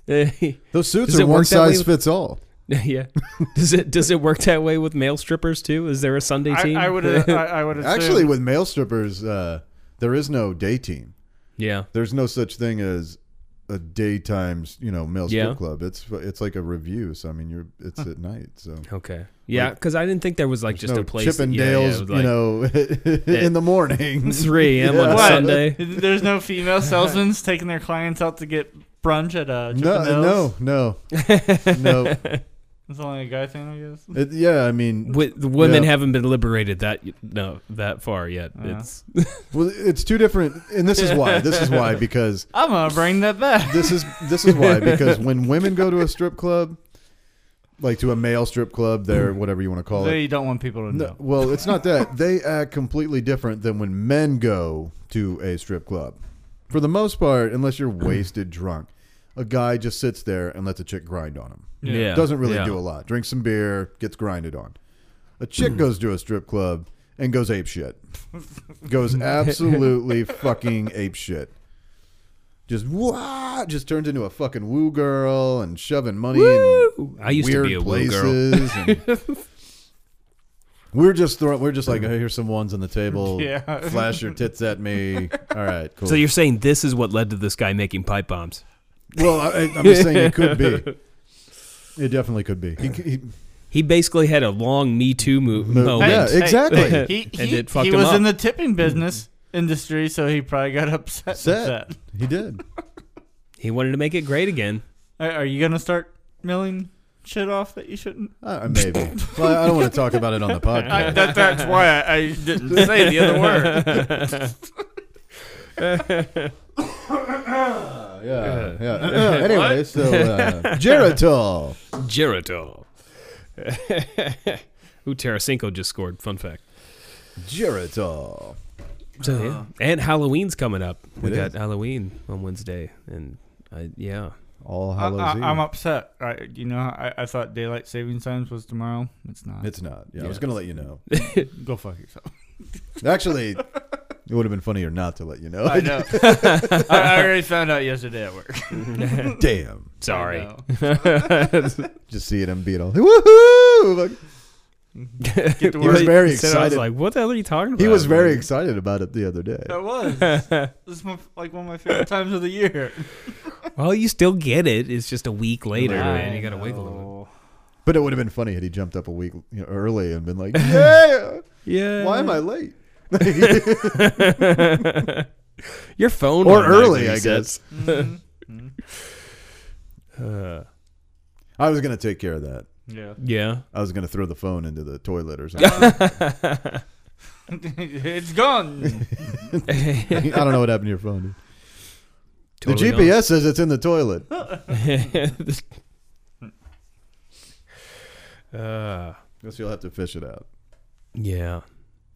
Speaker 4: yeah.
Speaker 5: Those suits
Speaker 4: Does
Speaker 5: are
Speaker 4: it work
Speaker 5: one
Speaker 4: that way
Speaker 5: size
Speaker 4: with-
Speaker 5: fits all.
Speaker 4: Does it does it work that way with male strippers too? Is there a Sunday
Speaker 6: I,
Speaker 4: team?
Speaker 6: I would. I, I would assume.
Speaker 5: Actually, with male strippers, uh, there is no day team.
Speaker 4: yeah.
Speaker 5: There's no such thing as a daytime, you know, male strip
Speaker 4: Yeah.
Speaker 5: club. It's it's like a review. So I mean, you're it's at night. So
Speaker 4: Okay. Yeah, because I didn't think there was like
Speaker 5: There's
Speaker 4: Oh, just
Speaker 5: no
Speaker 4: a place. that- yeah, yeah,
Speaker 5: Chippendales,
Speaker 4: it was like
Speaker 5: you know, in the morning.
Speaker 4: Three a.m. on a
Speaker 6: What?
Speaker 4: Sunday.
Speaker 6: There's no female salesmen's taking their clients out to get brunch at uh,
Speaker 5: No, no, no, no.
Speaker 6: It's only a guy thing, I guess.
Speaker 5: It, yeah, I mean,
Speaker 4: With, the women
Speaker 5: Yeah.
Speaker 4: haven't been liberated that no that far yet.
Speaker 6: Yeah.
Speaker 4: It's
Speaker 5: well, it's two different, and this is why. This is why because
Speaker 6: I'm gonna bring that back.
Speaker 5: this is this is why because when women go to a strip club, like to a male strip club, they're whatever you want to call it.
Speaker 6: They don't want people to know.
Speaker 5: No, well, it's not that they act completely different than when men go to a strip club. For the most part, unless you're wasted drunk, a guy just sits there and lets a chick grind on him.
Speaker 4: yeah.
Speaker 5: Doesn't really
Speaker 4: yeah.
Speaker 5: do a lot. Drinks some beer, gets grinded on. A
Speaker 4: Mm-hmm.
Speaker 5: chick goes to a strip club and goes ape shit. goes absolutely fucking ape shit. Just what? Just turns into a fucking woo girl and shoving money in
Speaker 4: I used to
Speaker 5: weird
Speaker 4: be a woo girl.
Speaker 5: places. and- we're just throwing. We're just like, hey, here's some ones on the table.
Speaker 6: Yeah.
Speaker 5: Flash your tits at me. All right, cool.
Speaker 4: So you're saying this is what led to this guy making pipe bombs?
Speaker 5: well, I, I'm just saying it could be. It definitely could be. He, he,
Speaker 4: He basically had a long Me Too mo-
Speaker 5: Mo-
Speaker 4: moment.
Speaker 5: Yeah, exactly.
Speaker 6: He,
Speaker 4: And
Speaker 6: he,
Speaker 4: it fucked
Speaker 6: he
Speaker 4: him
Speaker 6: was
Speaker 4: up.
Speaker 6: in the tipping business industry, so he probably got upset. With
Speaker 5: Upset.
Speaker 6: that.
Speaker 5: he did.
Speaker 4: He wanted to make it great again.
Speaker 6: Are, are you gonna start milling shit off that you shouldn't?
Speaker 5: Uh, maybe. well, I don't want to talk about it on the podcast.
Speaker 6: that's why I, I didn't say the other word.
Speaker 5: yeah, yeah. Uh, anyway, so uh, Geritol.
Speaker 4: Geritol. Who Tarasenko just scored. Fun fact.
Speaker 5: Geritol.
Speaker 4: So, yeah. And Halloween's coming up. We
Speaker 5: It
Speaker 4: got
Speaker 5: is.
Speaker 4: Halloween on Wednesday. And I, yeah.
Speaker 5: All
Speaker 6: I,
Speaker 5: Hallows Eve.
Speaker 6: am upset. I, you know, I, I thought daylight saving times was tomorrow. It's not.
Speaker 5: It's not. Yeah, I was going to let you know.
Speaker 6: Go fuck yourself.
Speaker 5: Actually, it would have been funnier not to let you know.
Speaker 6: I know. I, I already found out yesterday at work.
Speaker 5: Damn.
Speaker 4: Sorry.
Speaker 6: I know.
Speaker 5: Just see it and beat all. Woohoo! Like,
Speaker 6: Get to
Speaker 5: He was
Speaker 6: work.
Speaker 4: Right.
Speaker 5: very
Speaker 4: Said I was
Speaker 5: excited.
Speaker 4: like, "What the hell are you talking about?"
Speaker 5: He was very excited about it the other day.
Speaker 6: That was.
Speaker 4: excited.
Speaker 6: This is my, like one of my favorite times of the year.
Speaker 4: well, you still get it. It's just a week later,
Speaker 6: I
Speaker 4: man. You gotta wait a little.
Speaker 6: know.
Speaker 5: But it would have been funny had he jumped up a week you know, early and been like, "Yeah,
Speaker 4: bit. Yeah.
Speaker 5: why am I late?"
Speaker 4: Your phone
Speaker 5: Or
Speaker 4: went like
Speaker 5: early,
Speaker 4: that,
Speaker 5: I
Speaker 4: he said.
Speaker 5: guess.
Speaker 6: Mhm. Mhm.
Speaker 4: Uh,
Speaker 5: I was gonna take care of that.
Speaker 6: Yeah.
Speaker 4: yeah.
Speaker 5: I was gonna throw the phone into the toilet or something.
Speaker 6: Mm-hmm. it's gone.
Speaker 5: I don't know what happened to your phone. dude.
Speaker 4: Totally
Speaker 5: the GPS says it's in the toilet.
Speaker 4: gone. uh,
Speaker 5: Guess you'll have to fish it out.
Speaker 4: yeah.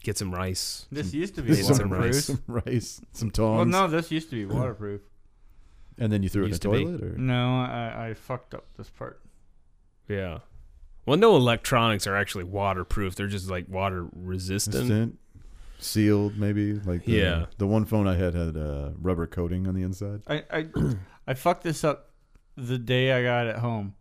Speaker 4: Get some rice.
Speaker 6: This used to be
Speaker 5: This is
Speaker 4: some
Speaker 6: waterproof.
Speaker 4: rice.
Speaker 5: Some rice, some
Speaker 6: Well,
Speaker 5: tongs,
Speaker 6: no, this used to be waterproof.
Speaker 5: and then you threw it in the
Speaker 4: Used to be.
Speaker 5: toilet. Or
Speaker 6: No, I, I fucked up this part.
Speaker 4: Yeah. Well, no electronics are actually waterproof. They're just like water resistant.
Speaker 5: Instant, sealed, maybe like the,
Speaker 4: Yeah.
Speaker 5: The one phone I had had uh, rubber coating on the inside.
Speaker 6: I, I I fucked this up the day I got it home,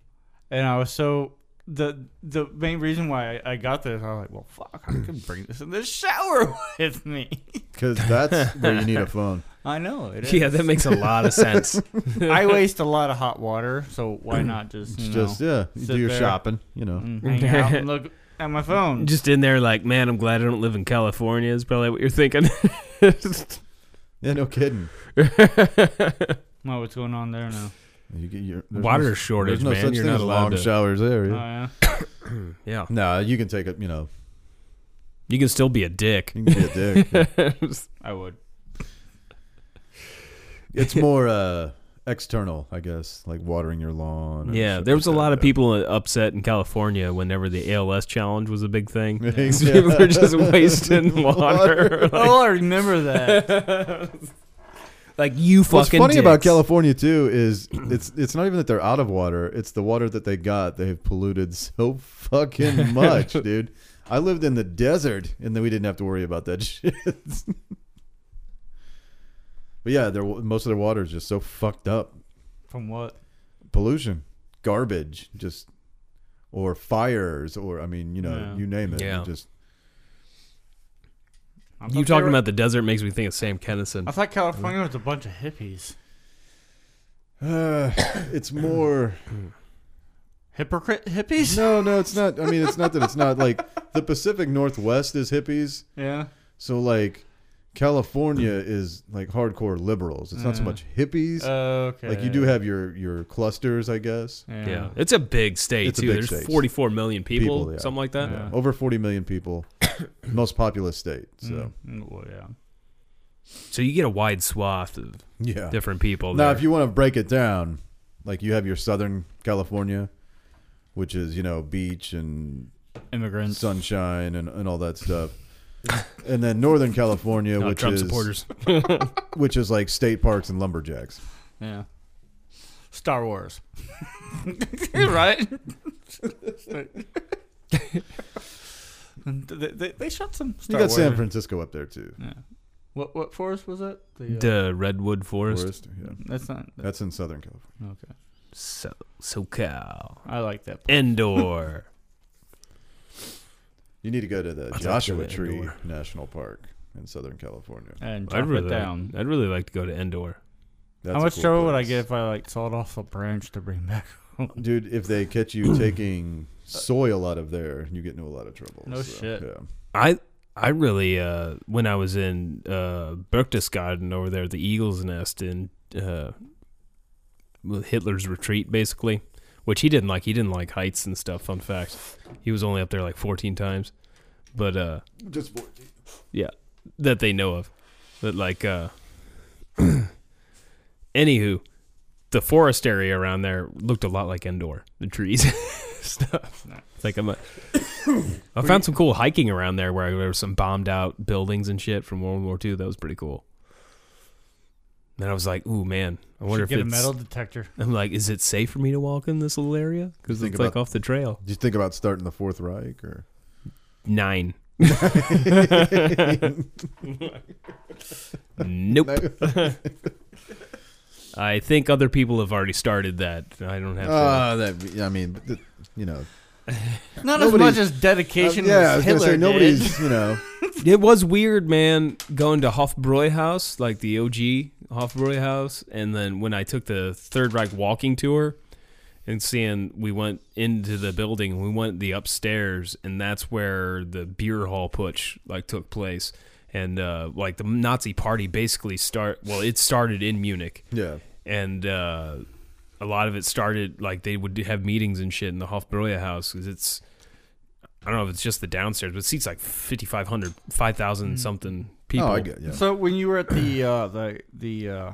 Speaker 6: and I was so the the main reason why I, I got this. I was like, well, fuck, I can bring this in the shower with me.
Speaker 5: Because that's where you need a phone.
Speaker 6: I know it is.
Speaker 4: Yeah, that makes a lot of sense.
Speaker 6: I waste a lot of hot water, so why not just
Speaker 5: It's
Speaker 6: you
Speaker 5: just
Speaker 6: know,
Speaker 5: yeah, you
Speaker 6: Sit
Speaker 5: do your
Speaker 6: there.
Speaker 5: shopping. You know,
Speaker 6: mm, hang out and look at my phone.
Speaker 4: just in there, like, man, I'm glad I don't live in California. Is probably what you're thinking.
Speaker 5: yeah, no kidding.
Speaker 6: oh, what's going on there now?
Speaker 5: You get your there's no-
Speaker 4: water shortage,
Speaker 5: There's no
Speaker 4: man.
Speaker 5: such
Speaker 4: you're
Speaker 5: thing
Speaker 4: not
Speaker 5: as
Speaker 4: allowed
Speaker 5: long
Speaker 4: to.
Speaker 5: showers there.
Speaker 6: Oh
Speaker 5: Yeah.
Speaker 6: yeah.
Speaker 4: Yeah,
Speaker 5: no, you can take it. You know,
Speaker 4: you can still be a dick.
Speaker 5: you can be a dick.
Speaker 6: I would.
Speaker 5: It's more uh, external, I guess, like watering your lawn. or
Speaker 4: Yeah,
Speaker 5: shit
Speaker 4: there was a
Speaker 5: like that,
Speaker 4: lot of
Speaker 5: yeah.
Speaker 4: people upset in California whenever the ALS challenge was a big thing.
Speaker 5: Yeah.
Speaker 4: So People were just wasting water. like,
Speaker 6: oh, I remember that.
Speaker 4: like, you fucking.
Speaker 5: What's funny about
Speaker 4: dicks.
Speaker 5: California too is it's it's not even that they're out of water; it's the water that they got they have polluted so fucking much, dude. I lived in the desert, and then we didn't have to worry about that shit. but yeah, their most of their water is just so fucked up,
Speaker 6: From what?
Speaker 5: pollution, garbage, just or fires, or I mean, you know,
Speaker 6: Yeah.
Speaker 5: you name it.
Speaker 4: Yeah.
Speaker 5: Just
Speaker 6: I thought
Speaker 4: You
Speaker 6: they
Speaker 4: talking
Speaker 6: were-
Speaker 4: about the desert makes me think of Sam Kennison.
Speaker 6: I thought California was a bunch of hippies.
Speaker 5: uh, it's more.
Speaker 6: Hypocrite hippies?
Speaker 5: No, no, it's not. I mean, it's not that it's not like the Pacific Northwest is hippies.
Speaker 6: Yeah.
Speaker 5: So like California is like hardcore liberals. It's not so
Speaker 4: Mm.
Speaker 6: Yeah.
Speaker 5: much hippies.
Speaker 6: okay.
Speaker 5: like you do have your your clusters, I guess.
Speaker 4: Yeah. it's a big state
Speaker 5: It's a
Speaker 4: too.
Speaker 5: big
Speaker 4: There's
Speaker 5: state.
Speaker 4: 44 million people,
Speaker 5: People, yeah.
Speaker 4: something like that.
Speaker 5: Yeah.
Speaker 6: Yeah.
Speaker 5: Over 40 million people. most populous state. So,
Speaker 6: Mm, well, yeah.
Speaker 4: So you get a wide swath of
Speaker 5: yeah.
Speaker 4: different people.
Speaker 5: Now,
Speaker 4: there.
Speaker 5: if you want to break it down, like you have your southern California, which is, you know, beach and
Speaker 6: Immigrants.
Speaker 5: sunshine and, and all that stuff. and then northern California,
Speaker 4: Not
Speaker 5: which
Speaker 4: Trump
Speaker 5: is
Speaker 4: supporters,
Speaker 5: which is like state parks and lumberjacks.
Speaker 6: Yeah. Star Wars. right? they, they, they shot some
Speaker 5: You
Speaker 6: Star
Speaker 5: got
Speaker 6: Wars.
Speaker 5: San Francisco up there too.
Speaker 6: Yeah. What what forest was that? The, uh,
Speaker 4: the Redwood Forest,
Speaker 5: Forest, yeah.
Speaker 6: That's not.
Speaker 5: That's in Southern California.
Speaker 6: Okay.
Speaker 4: so SoCal,
Speaker 6: I like that.
Speaker 4: Endor.
Speaker 5: You need to go to the
Speaker 4: I'd like to go to
Speaker 5: Joshua Tree
Speaker 4: Ecuador.
Speaker 5: National Park in Southern California.
Speaker 6: And drop
Speaker 4: I'd really,
Speaker 6: it down.
Speaker 4: I'd really like to go to Endor.
Speaker 5: That's
Speaker 6: How
Speaker 5: a
Speaker 6: much
Speaker 5: cool
Speaker 6: trouble would I
Speaker 5: place.
Speaker 6: get if I like sawed off a branch to bring back? home?
Speaker 5: dude? If they catch you taking soil out of there, you get into a lot of trouble.
Speaker 6: No
Speaker 5: so,
Speaker 6: shit.
Speaker 5: Yeah.
Speaker 4: I I really uh, when I was in uh, Berchtesgaden over there, at the Eagle's Nest in uh, with Hitler's retreat, basically, which he didn't like. He didn't like heights and stuff. Fun fact: he was only up there like 14 times, but uh,
Speaker 5: Just fourteen.
Speaker 4: that they know of. But like, uh, anywho, the forest area around there looked a lot like Endor, the trees, stuff. Like I'm, a, I found some cool hiking around there where there were some bombed out buildings and shit from World War II. That was pretty cool. And I was like, ooh man, I wonder
Speaker 6: Should get
Speaker 4: if
Speaker 6: a
Speaker 4: it's.
Speaker 6: metal detector.
Speaker 4: I'm like, is it safe for me to walk in this little area? Because
Speaker 5: Think
Speaker 4: it's like
Speaker 5: about-
Speaker 4: off the trail.
Speaker 5: Did you think about starting the Fourth Reich or?
Speaker 4: Nine. nope. I think other people have already started that. I don't have to.
Speaker 5: Uh, Ah, that I mean, but the- you know,
Speaker 6: Not
Speaker 5: Nobody- Uh,
Speaker 6: as much as dedication
Speaker 5: yeah, I
Speaker 6: as
Speaker 5: was gonna
Speaker 6: Hitler
Speaker 5: say
Speaker 6: did.
Speaker 5: nobody's. You know,
Speaker 4: It was weird, man, going to Hofbräuhaus, like the OG Hofbräuhaus, and then when I took the Third Reich walking tour and seeing we went into the building and we went the upstairs and that's where the beer hall putsch like took place and uh, like the Nazi party basically start well it started in Munich
Speaker 5: yeah.
Speaker 4: and uh, a lot of it started like they would have meetings and shit in the Hofbräuhaus house because it's I don't know if it's just the downstairs, but it seats like 5,500, 5,000 something people.
Speaker 5: Oh, I get. Yeah.
Speaker 6: So when you were at the uh, the the uh,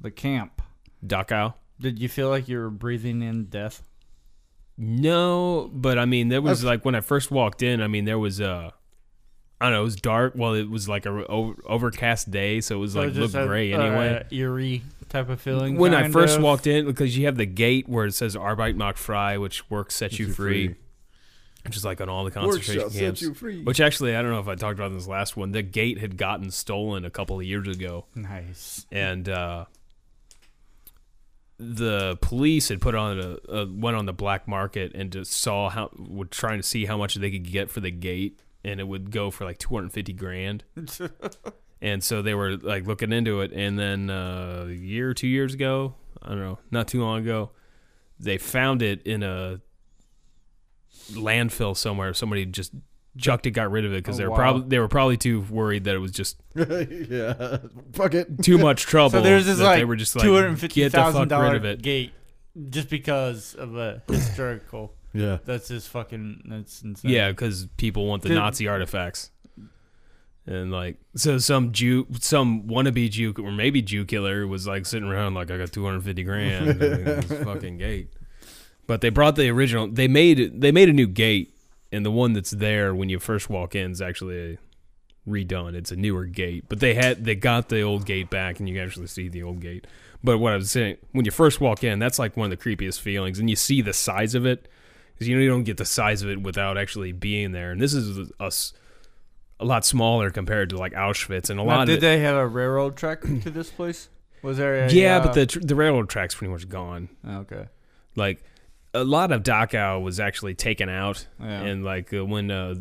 Speaker 6: the camp,
Speaker 4: Dachau.
Speaker 6: did you feel like you were breathing in death?
Speaker 4: No, but I mean, there was like when I first walked in. I mean, there was uh, I don't know. It was dark. Well, it was like a re- over, overcast day, so it was like
Speaker 6: So
Speaker 4: looked
Speaker 6: just a-
Speaker 4: gray
Speaker 6: uh,
Speaker 4: anyway.
Speaker 6: eerie type of feeling.
Speaker 4: when I
Speaker 6: kind
Speaker 4: first
Speaker 6: of?
Speaker 4: walked in, because you have the gate where it says "Arbeit macht frei," which work sets you
Speaker 5: you
Speaker 4: free,
Speaker 5: free.
Speaker 4: which is like on all the concentration
Speaker 5: shall set
Speaker 4: camps.
Speaker 5: you free.
Speaker 4: Which actually, I don't know if I talked about in this last one. The gate had gotten stolen a couple of years ago,
Speaker 6: nice,
Speaker 4: and uh, the police had put on a, a went on the black market and just saw how were trying to see how much they could get for the gate, and it would go for like two hundred fifty grand. and so they were like looking into it, and then uh, a year or two years ago, I don't know, not too long ago, they found it in a landfill somewhere. Somebody just chucked it, got rid of it because
Speaker 6: Oh,
Speaker 4: they were
Speaker 6: wow.
Speaker 4: probably they were probably too worried that it was just
Speaker 5: yeah. Fuck it.
Speaker 4: too much trouble.
Speaker 6: So there's this
Speaker 4: that
Speaker 6: like
Speaker 4: they were just like
Speaker 6: two hundred fifty
Speaker 4: get the
Speaker 6: thousand
Speaker 4: fuck rid
Speaker 6: dollar
Speaker 4: of it.
Speaker 6: gate, just because of a historical.
Speaker 5: Yeah.
Speaker 6: That's just fucking. That's insane.
Speaker 4: Yeah, because people want the
Speaker 6: Did-
Speaker 4: Nazi artifacts. And like, so some Jew, some wannabe Jew, or maybe Jew killer was like sitting around like, I got 250 grand. and this fucking gate. But they brought the original. They made they made a new gate, and the one that's there when you first walk in is actually redone. It's a newer gate, but they had they got the old gate back, and you can actually see the old gate. But what I was saying, when you first walk in, that's like one of the creepiest feelings, and you see the size of it because you know you don't get the size of it without actually being there. And this is us a lot smaller compared to like Auschwitz and a
Speaker 6: Now,
Speaker 4: lot
Speaker 6: did
Speaker 4: of it-
Speaker 6: they have a railroad track to this place? Was there? A,
Speaker 4: yeah,
Speaker 6: uh, oh,
Speaker 4: but the tr- the railroad track's pretty much gone.
Speaker 6: okay.
Speaker 4: Like a lot of Dachau was actually taken out,
Speaker 6: Yeah.
Speaker 4: and like uh, when uh,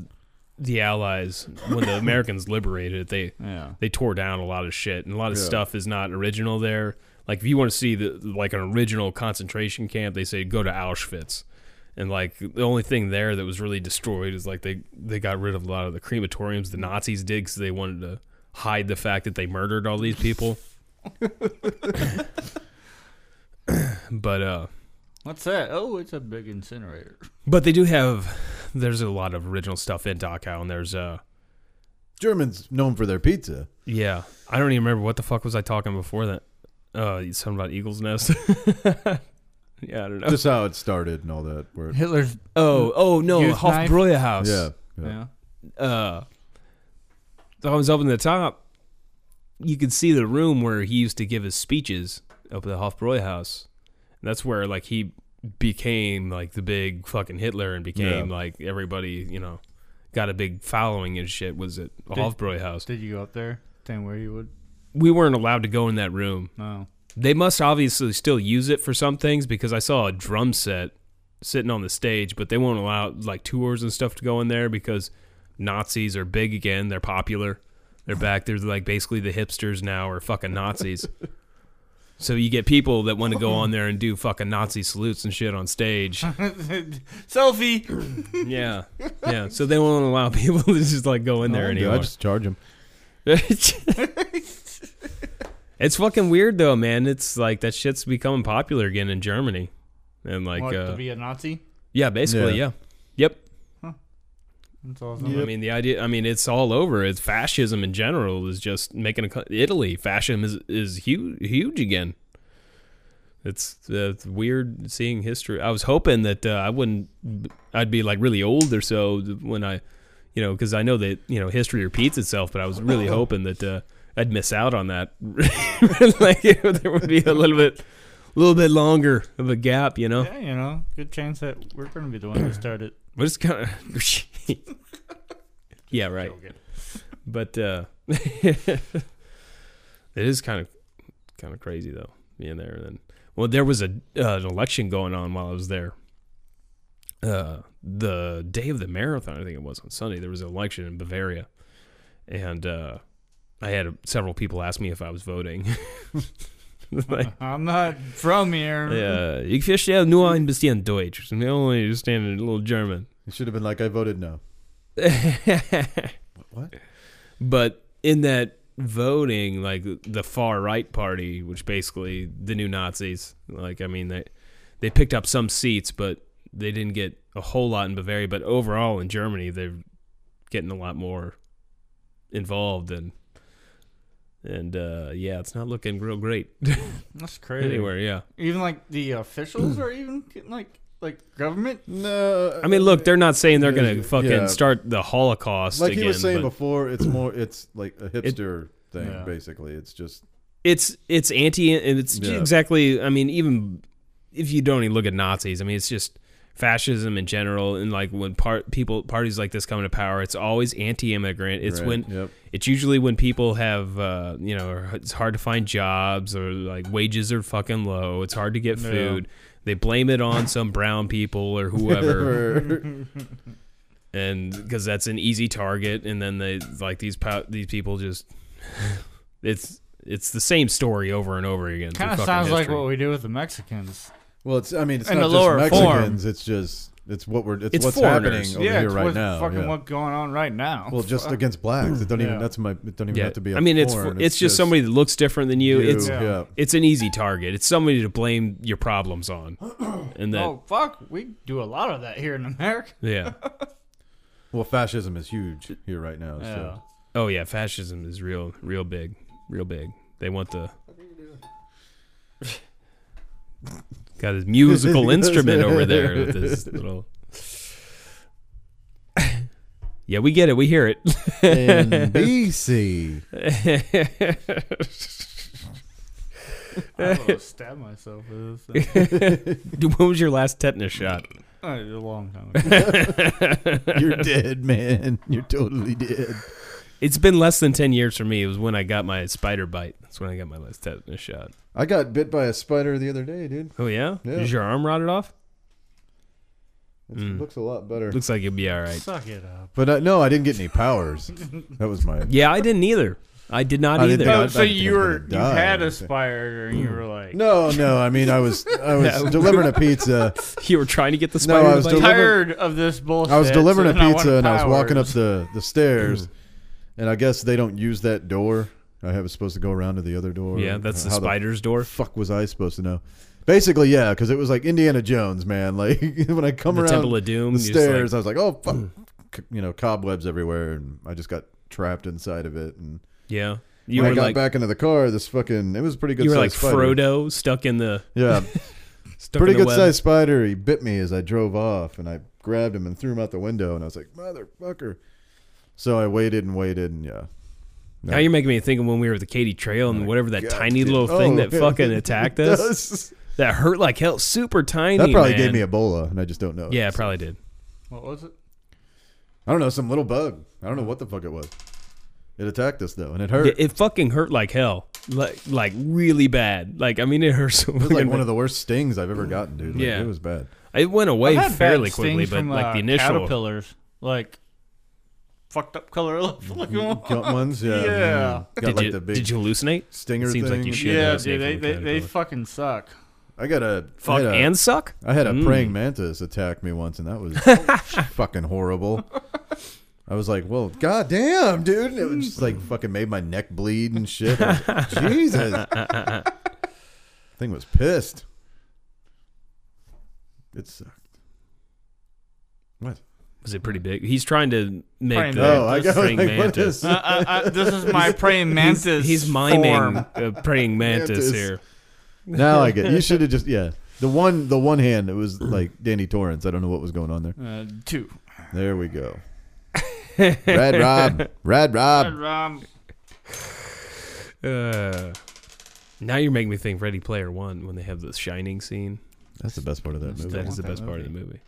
Speaker 4: the Allies, when the Americans liberated it, they
Speaker 6: Yeah.
Speaker 4: they tore down a lot of shit, and a lot of
Speaker 5: Yeah.
Speaker 4: stuff is not original there. Like if you want to see the like an original concentration camp, they say go to Auschwitz, and like the only thing there that was really destroyed is like they they got rid of a lot of the crematoriums the Nazis did because they wanted to hide the fact that they murdered all these people. but uh,
Speaker 6: What's that? Oh, it's a big incinerator.
Speaker 4: but they do have there's a lot of original stuff in Dachau, and there's uh
Speaker 5: Germans known for their pizza.
Speaker 4: Yeah, I don't even remember what the fuck was I talking before that. Uh, something about Eagles Nest. yeah, I don't know.
Speaker 5: Just how it started and all that. Where it-
Speaker 6: Hitler's.
Speaker 4: oh, oh no,
Speaker 6: Youth knife?
Speaker 4: Hofbräuhaus.
Speaker 5: yeah, yeah.
Speaker 6: Yeah.
Speaker 4: Uh, so I was up in the top. You could see the room where he used to give his speeches up at the Hofbräuhaus. And that's where like he became like the big fucking Hitler and became
Speaker 5: Yeah.
Speaker 4: like everybody, you know, got a big following and shit. Was it
Speaker 6: Did-
Speaker 4: Hofbräuhaus?
Speaker 6: Did you go up there? Same where you would?
Speaker 4: We weren't allowed to go in that room.
Speaker 6: No.
Speaker 4: They must obviously still use it for some things because I saw a drum set sitting on the stage, but they won't allow like tours and stuff to go in there because Nazis are big again. They're popular. They're back. They're like basically the hipsters now are fucking Nazis. so you get people that want to go on there and do fucking Nazi salutes and shit on stage.
Speaker 6: Selfie.
Speaker 4: yeah. Yeah. So they won't allow people to just like go in there
Speaker 5: Oh, dude,
Speaker 4: anymore.
Speaker 5: I just charge them.
Speaker 4: it's fucking weird though, man. It's like that shit's becoming popular again in Germany, and like,
Speaker 6: Want
Speaker 4: uh,
Speaker 6: to be a Nazi?
Speaker 4: yeah, basically, yeah,
Speaker 5: Yeah.
Speaker 4: yep.
Speaker 6: That's awesome.
Speaker 4: Um, I mean, the idea. I mean, it's all over. It's fascism in general is just making a co- Italy. Fascism is is huge, huge again. It's, uh, it's weird seeing history. I was hoping that uh, I wouldn't. I'd be like really old or so when I, you know, because I know that you know history repeats itself. But I was really hoping that uh, I'd miss out on that. like you know, there would be a little bit, a little bit longer of a gap. You know.
Speaker 6: Yeah, you know, good chance that we're going to be the ones who start it.
Speaker 4: But it's kind of. yeah, right. But uh, it is kind of kind of crazy though being there. And then, well, there was a uh, an election going on while I was there. Uh, the day of the marathon, I think it was on Sunday, there was an election in Bavaria, and uh, I had several people ask me if I was voting. like,
Speaker 6: I'm not from here.
Speaker 4: yeah, ich verstehe nur ein bisschen Deutsch. I only understand a little German.
Speaker 5: It should have been like I voted no. What?
Speaker 4: But in that voting, like the far right party, which basically the new Nazis, like I mean they they picked up some seats, but they didn't get a whole lot in Bavaria. But overall in Germany, they're getting a lot more involved and and uh, yeah, it's not looking real great
Speaker 6: That's crazy.
Speaker 4: anywhere. Yeah,
Speaker 6: Even like the officials are even getting, like like government.
Speaker 5: No.
Speaker 4: I mean, look, they're not saying they're gonna fucking
Speaker 5: Yeah.
Speaker 4: start the Holocaust
Speaker 5: like
Speaker 4: again.
Speaker 5: he was saying
Speaker 4: but-
Speaker 5: before, it's more it's like a hipster thing
Speaker 6: Yeah.
Speaker 5: basically. It's just
Speaker 4: it's it's anti and it's
Speaker 5: Yeah.
Speaker 4: exactly i mean even if you don't even look at nazis i mean it's just fascism in general and like when part people parties like this come to power it's always anti-immigrant it's
Speaker 5: right,
Speaker 4: when
Speaker 5: yep.
Speaker 4: it's usually when people have uh you know or it's hard to find jobs or like wages are fucking low it's hard to get
Speaker 6: Yeah.
Speaker 4: food they blame it on some brown people or whoever and because that's an easy target and then they like these po- these people just it's it's the same story over and over again through
Speaker 6: Kind of
Speaker 4: fucking
Speaker 6: sounds like
Speaker 4: history.
Speaker 6: what we do with the Mexicans.
Speaker 5: well, it's I mean, it's
Speaker 6: In
Speaker 5: not
Speaker 6: the lower
Speaker 5: just
Speaker 6: form.
Speaker 5: Mexicans. It's just it's what we're it's,
Speaker 4: It's
Speaker 5: what's
Speaker 4: foreigners.
Speaker 5: happening over
Speaker 6: yeah,
Speaker 5: here
Speaker 6: it's
Speaker 5: right
Speaker 6: what's
Speaker 5: now.
Speaker 6: fucking
Speaker 5: yeah.
Speaker 6: what's going on right now.
Speaker 5: Well, just against blacks, it don't even
Speaker 6: Yeah.
Speaker 5: that's my it don't even
Speaker 4: Yeah.
Speaker 5: have to be. I
Speaker 4: I mean, it's it's, just, somebody that looks different than you. It's
Speaker 5: yeah.
Speaker 6: Yeah.
Speaker 4: it's an easy target. It's somebody to blame your problems on, and that
Speaker 6: oh fuck, we do a lot of that here in America.
Speaker 4: yeah,
Speaker 5: Well, fascism is huge here right now. So.
Speaker 4: oh yeah, fascism is real, real big, real big. They want the got his musical instrument over there with his little. Yeah, we get it. We hear it.
Speaker 5: In BC,
Speaker 6: I will stab myself with this thing.
Speaker 4: Dude, when was your last tetanus shot?
Speaker 6: Uh, a long time ago.
Speaker 5: you're dead, man. You're totally dead.
Speaker 4: It's been less than 10 years for me. It was when I got my spider bite. That's when I got my last tetanus shot.
Speaker 5: I got bit by a spider the other day, dude.
Speaker 4: Oh, yeah?
Speaker 5: Yeah.
Speaker 4: Is your arm rotted off?
Speaker 5: It
Speaker 4: Mm.
Speaker 5: looks a lot better.
Speaker 4: Looks like you'll be all right.
Speaker 6: Suck it up.
Speaker 5: But uh, no, I didn't get any powers. That was my.
Speaker 4: Yeah, I didn't either. I did not
Speaker 5: I
Speaker 4: either.
Speaker 5: didn't Yeah,
Speaker 6: Oh,
Speaker 5: I'd
Speaker 6: so
Speaker 5: like to
Speaker 6: you
Speaker 5: think I'm
Speaker 6: were
Speaker 5: gonna
Speaker 6: you
Speaker 5: die
Speaker 6: had
Speaker 5: or
Speaker 6: a
Speaker 5: something.
Speaker 6: spider and you were like
Speaker 5: No, no. I mean, I was I was delivering a pizza.
Speaker 4: You were trying to get the
Speaker 5: No,
Speaker 4: spider
Speaker 5: I was
Speaker 4: bite?
Speaker 5: deliver-
Speaker 6: tired of this bullshit.
Speaker 5: I was delivering a
Speaker 6: and I want
Speaker 5: pizza and I was walking up
Speaker 6: powers."
Speaker 5: the the stairs, and I guess they don't use that door. I have supposed to go around to the other door.
Speaker 4: yeah, that's the
Speaker 5: uh, How
Speaker 4: spider's door.
Speaker 5: fuck was I supposed to know? Basically, yeah, because it was like Indiana Jones, man. Like when I come
Speaker 4: The
Speaker 5: around
Speaker 4: Temple of Doom,
Speaker 5: the
Speaker 4: you're just
Speaker 5: stairs,
Speaker 4: like-
Speaker 5: I was like, oh fuck, you know, cobwebs everywhere, and I just got trapped inside of it. And
Speaker 4: Yeah. You
Speaker 5: when
Speaker 4: were
Speaker 5: I got
Speaker 4: like,
Speaker 5: back into the car, this fucking it was a pretty good.
Speaker 4: you were
Speaker 5: sized
Speaker 4: like
Speaker 5: spider.
Speaker 4: Frodo stuck in the.
Speaker 5: Yeah,
Speaker 4: Stuck
Speaker 5: pretty
Speaker 4: in the
Speaker 5: good
Speaker 4: web.
Speaker 5: sized spider. He bit me as I drove off, and I grabbed him and threw him out the window. And I was like, motherfucker. So I waited and waited, and yeah,
Speaker 4: Now you're making me think of when we were at the Katy Trail and whatever that
Speaker 5: Oh God
Speaker 4: tiny
Speaker 5: damn-
Speaker 4: little thing
Speaker 5: Oh,
Speaker 4: that
Speaker 5: yeah.
Speaker 4: fucking attacked
Speaker 5: It
Speaker 4: us.
Speaker 5: does.
Speaker 4: That hurt like hell. Super tiny.
Speaker 5: That probably
Speaker 4: man.
Speaker 5: gave me Ebola, and I just don't know.
Speaker 4: Yeah, it probably did.
Speaker 6: What was it?
Speaker 5: I don't know, some little bug. I don't know what the fuck it was. It attacked us though, and it hurt.
Speaker 4: Yeah, it fucking hurt like hell, like like really bad. Like I mean, it hurt so.
Speaker 5: it was like one of the worst stings I've ever gotten, dude. Like,
Speaker 4: Yeah.
Speaker 5: it was bad.
Speaker 4: It went away
Speaker 6: I've had
Speaker 4: fairly
Speaker 6: bad stings
Speaker 4: quickly, but
Speaker 6: from,
Speaker 4: like
Speaker 6: uh,
Speaker 4: the initial.
Speaker 6: caterpillars, like fucked up color looking one.
Speaker 5: Got ones, yeah.
Speaker 6: Yeah.
Speaker 5: Mm. Got
Speaker 4: Did,
Speaker 5: like
Speaker 4: you,
Speaker 5: the big
Speaker 4: did you hallucinate?
Speaker 5: stinger
Speaker 4: Seems
Speaker 5: thing.
Speaker 4: like you should.
Speaker 6: Yeah,
Speaker 4: have seen
Speaker 6: dude, they,
Speaker 4: from
Speaker 6: they,
Speaker 4: the
Speaker 6: they
Speaker 4: caterpillar.
Speaker 6: fucking suck.
Speaker 5: I got a
Speaker 4: Fuck
Speaker 5: I had a,
Speaker 4: and suck.
Speaker 5: I had a
Speaker 4: Mm.
Speaker 5: praying mantis attack me once, and that was fucking horrible. I was like, "Well, goddamn, dude!" And it was just
Speaker 4: Mm.
Speaker 5: like fucking made my neck bleed and shit. I was like, Jesus, thing was pissed. It sucked. What?
Speaker 4: Was it pretty big? He's trying to make
Speaker 6: Praying
Speaker 4: the
Speaker 6: mantis.
Speaker 5: oh, I got
Speaker 4: praying
Speaker 5: like, what
Speaker 4: mantis.
Speaker 5: is?
Speaker 6: Uh, uh, uh, this is my praying mantis.
Speaker 4: He's miming
Speaker 6: form.
Speaker 4: a praying mantis
Speaker 5: Mantis.
Speaker 4: here.
Speaker 5: now I get. You should have just yeah. The one, the one hand. It was like Danny Torrance. I don't know what was going on there.
Speaker 6: Uh, two.
Speaker 5: There we go. Rad Rob, Rad Rob.
Speaker 6: Um,
Speaker 4: Uh, now you're making me think Ready Player One when they have the shining scene.
Speaker 5: That's the best part of that movie.
Speaker 4: That is the
Speaker 6: that
Speaker 4: best part of the
Speaker 6: movie.
Speaker 4: movie.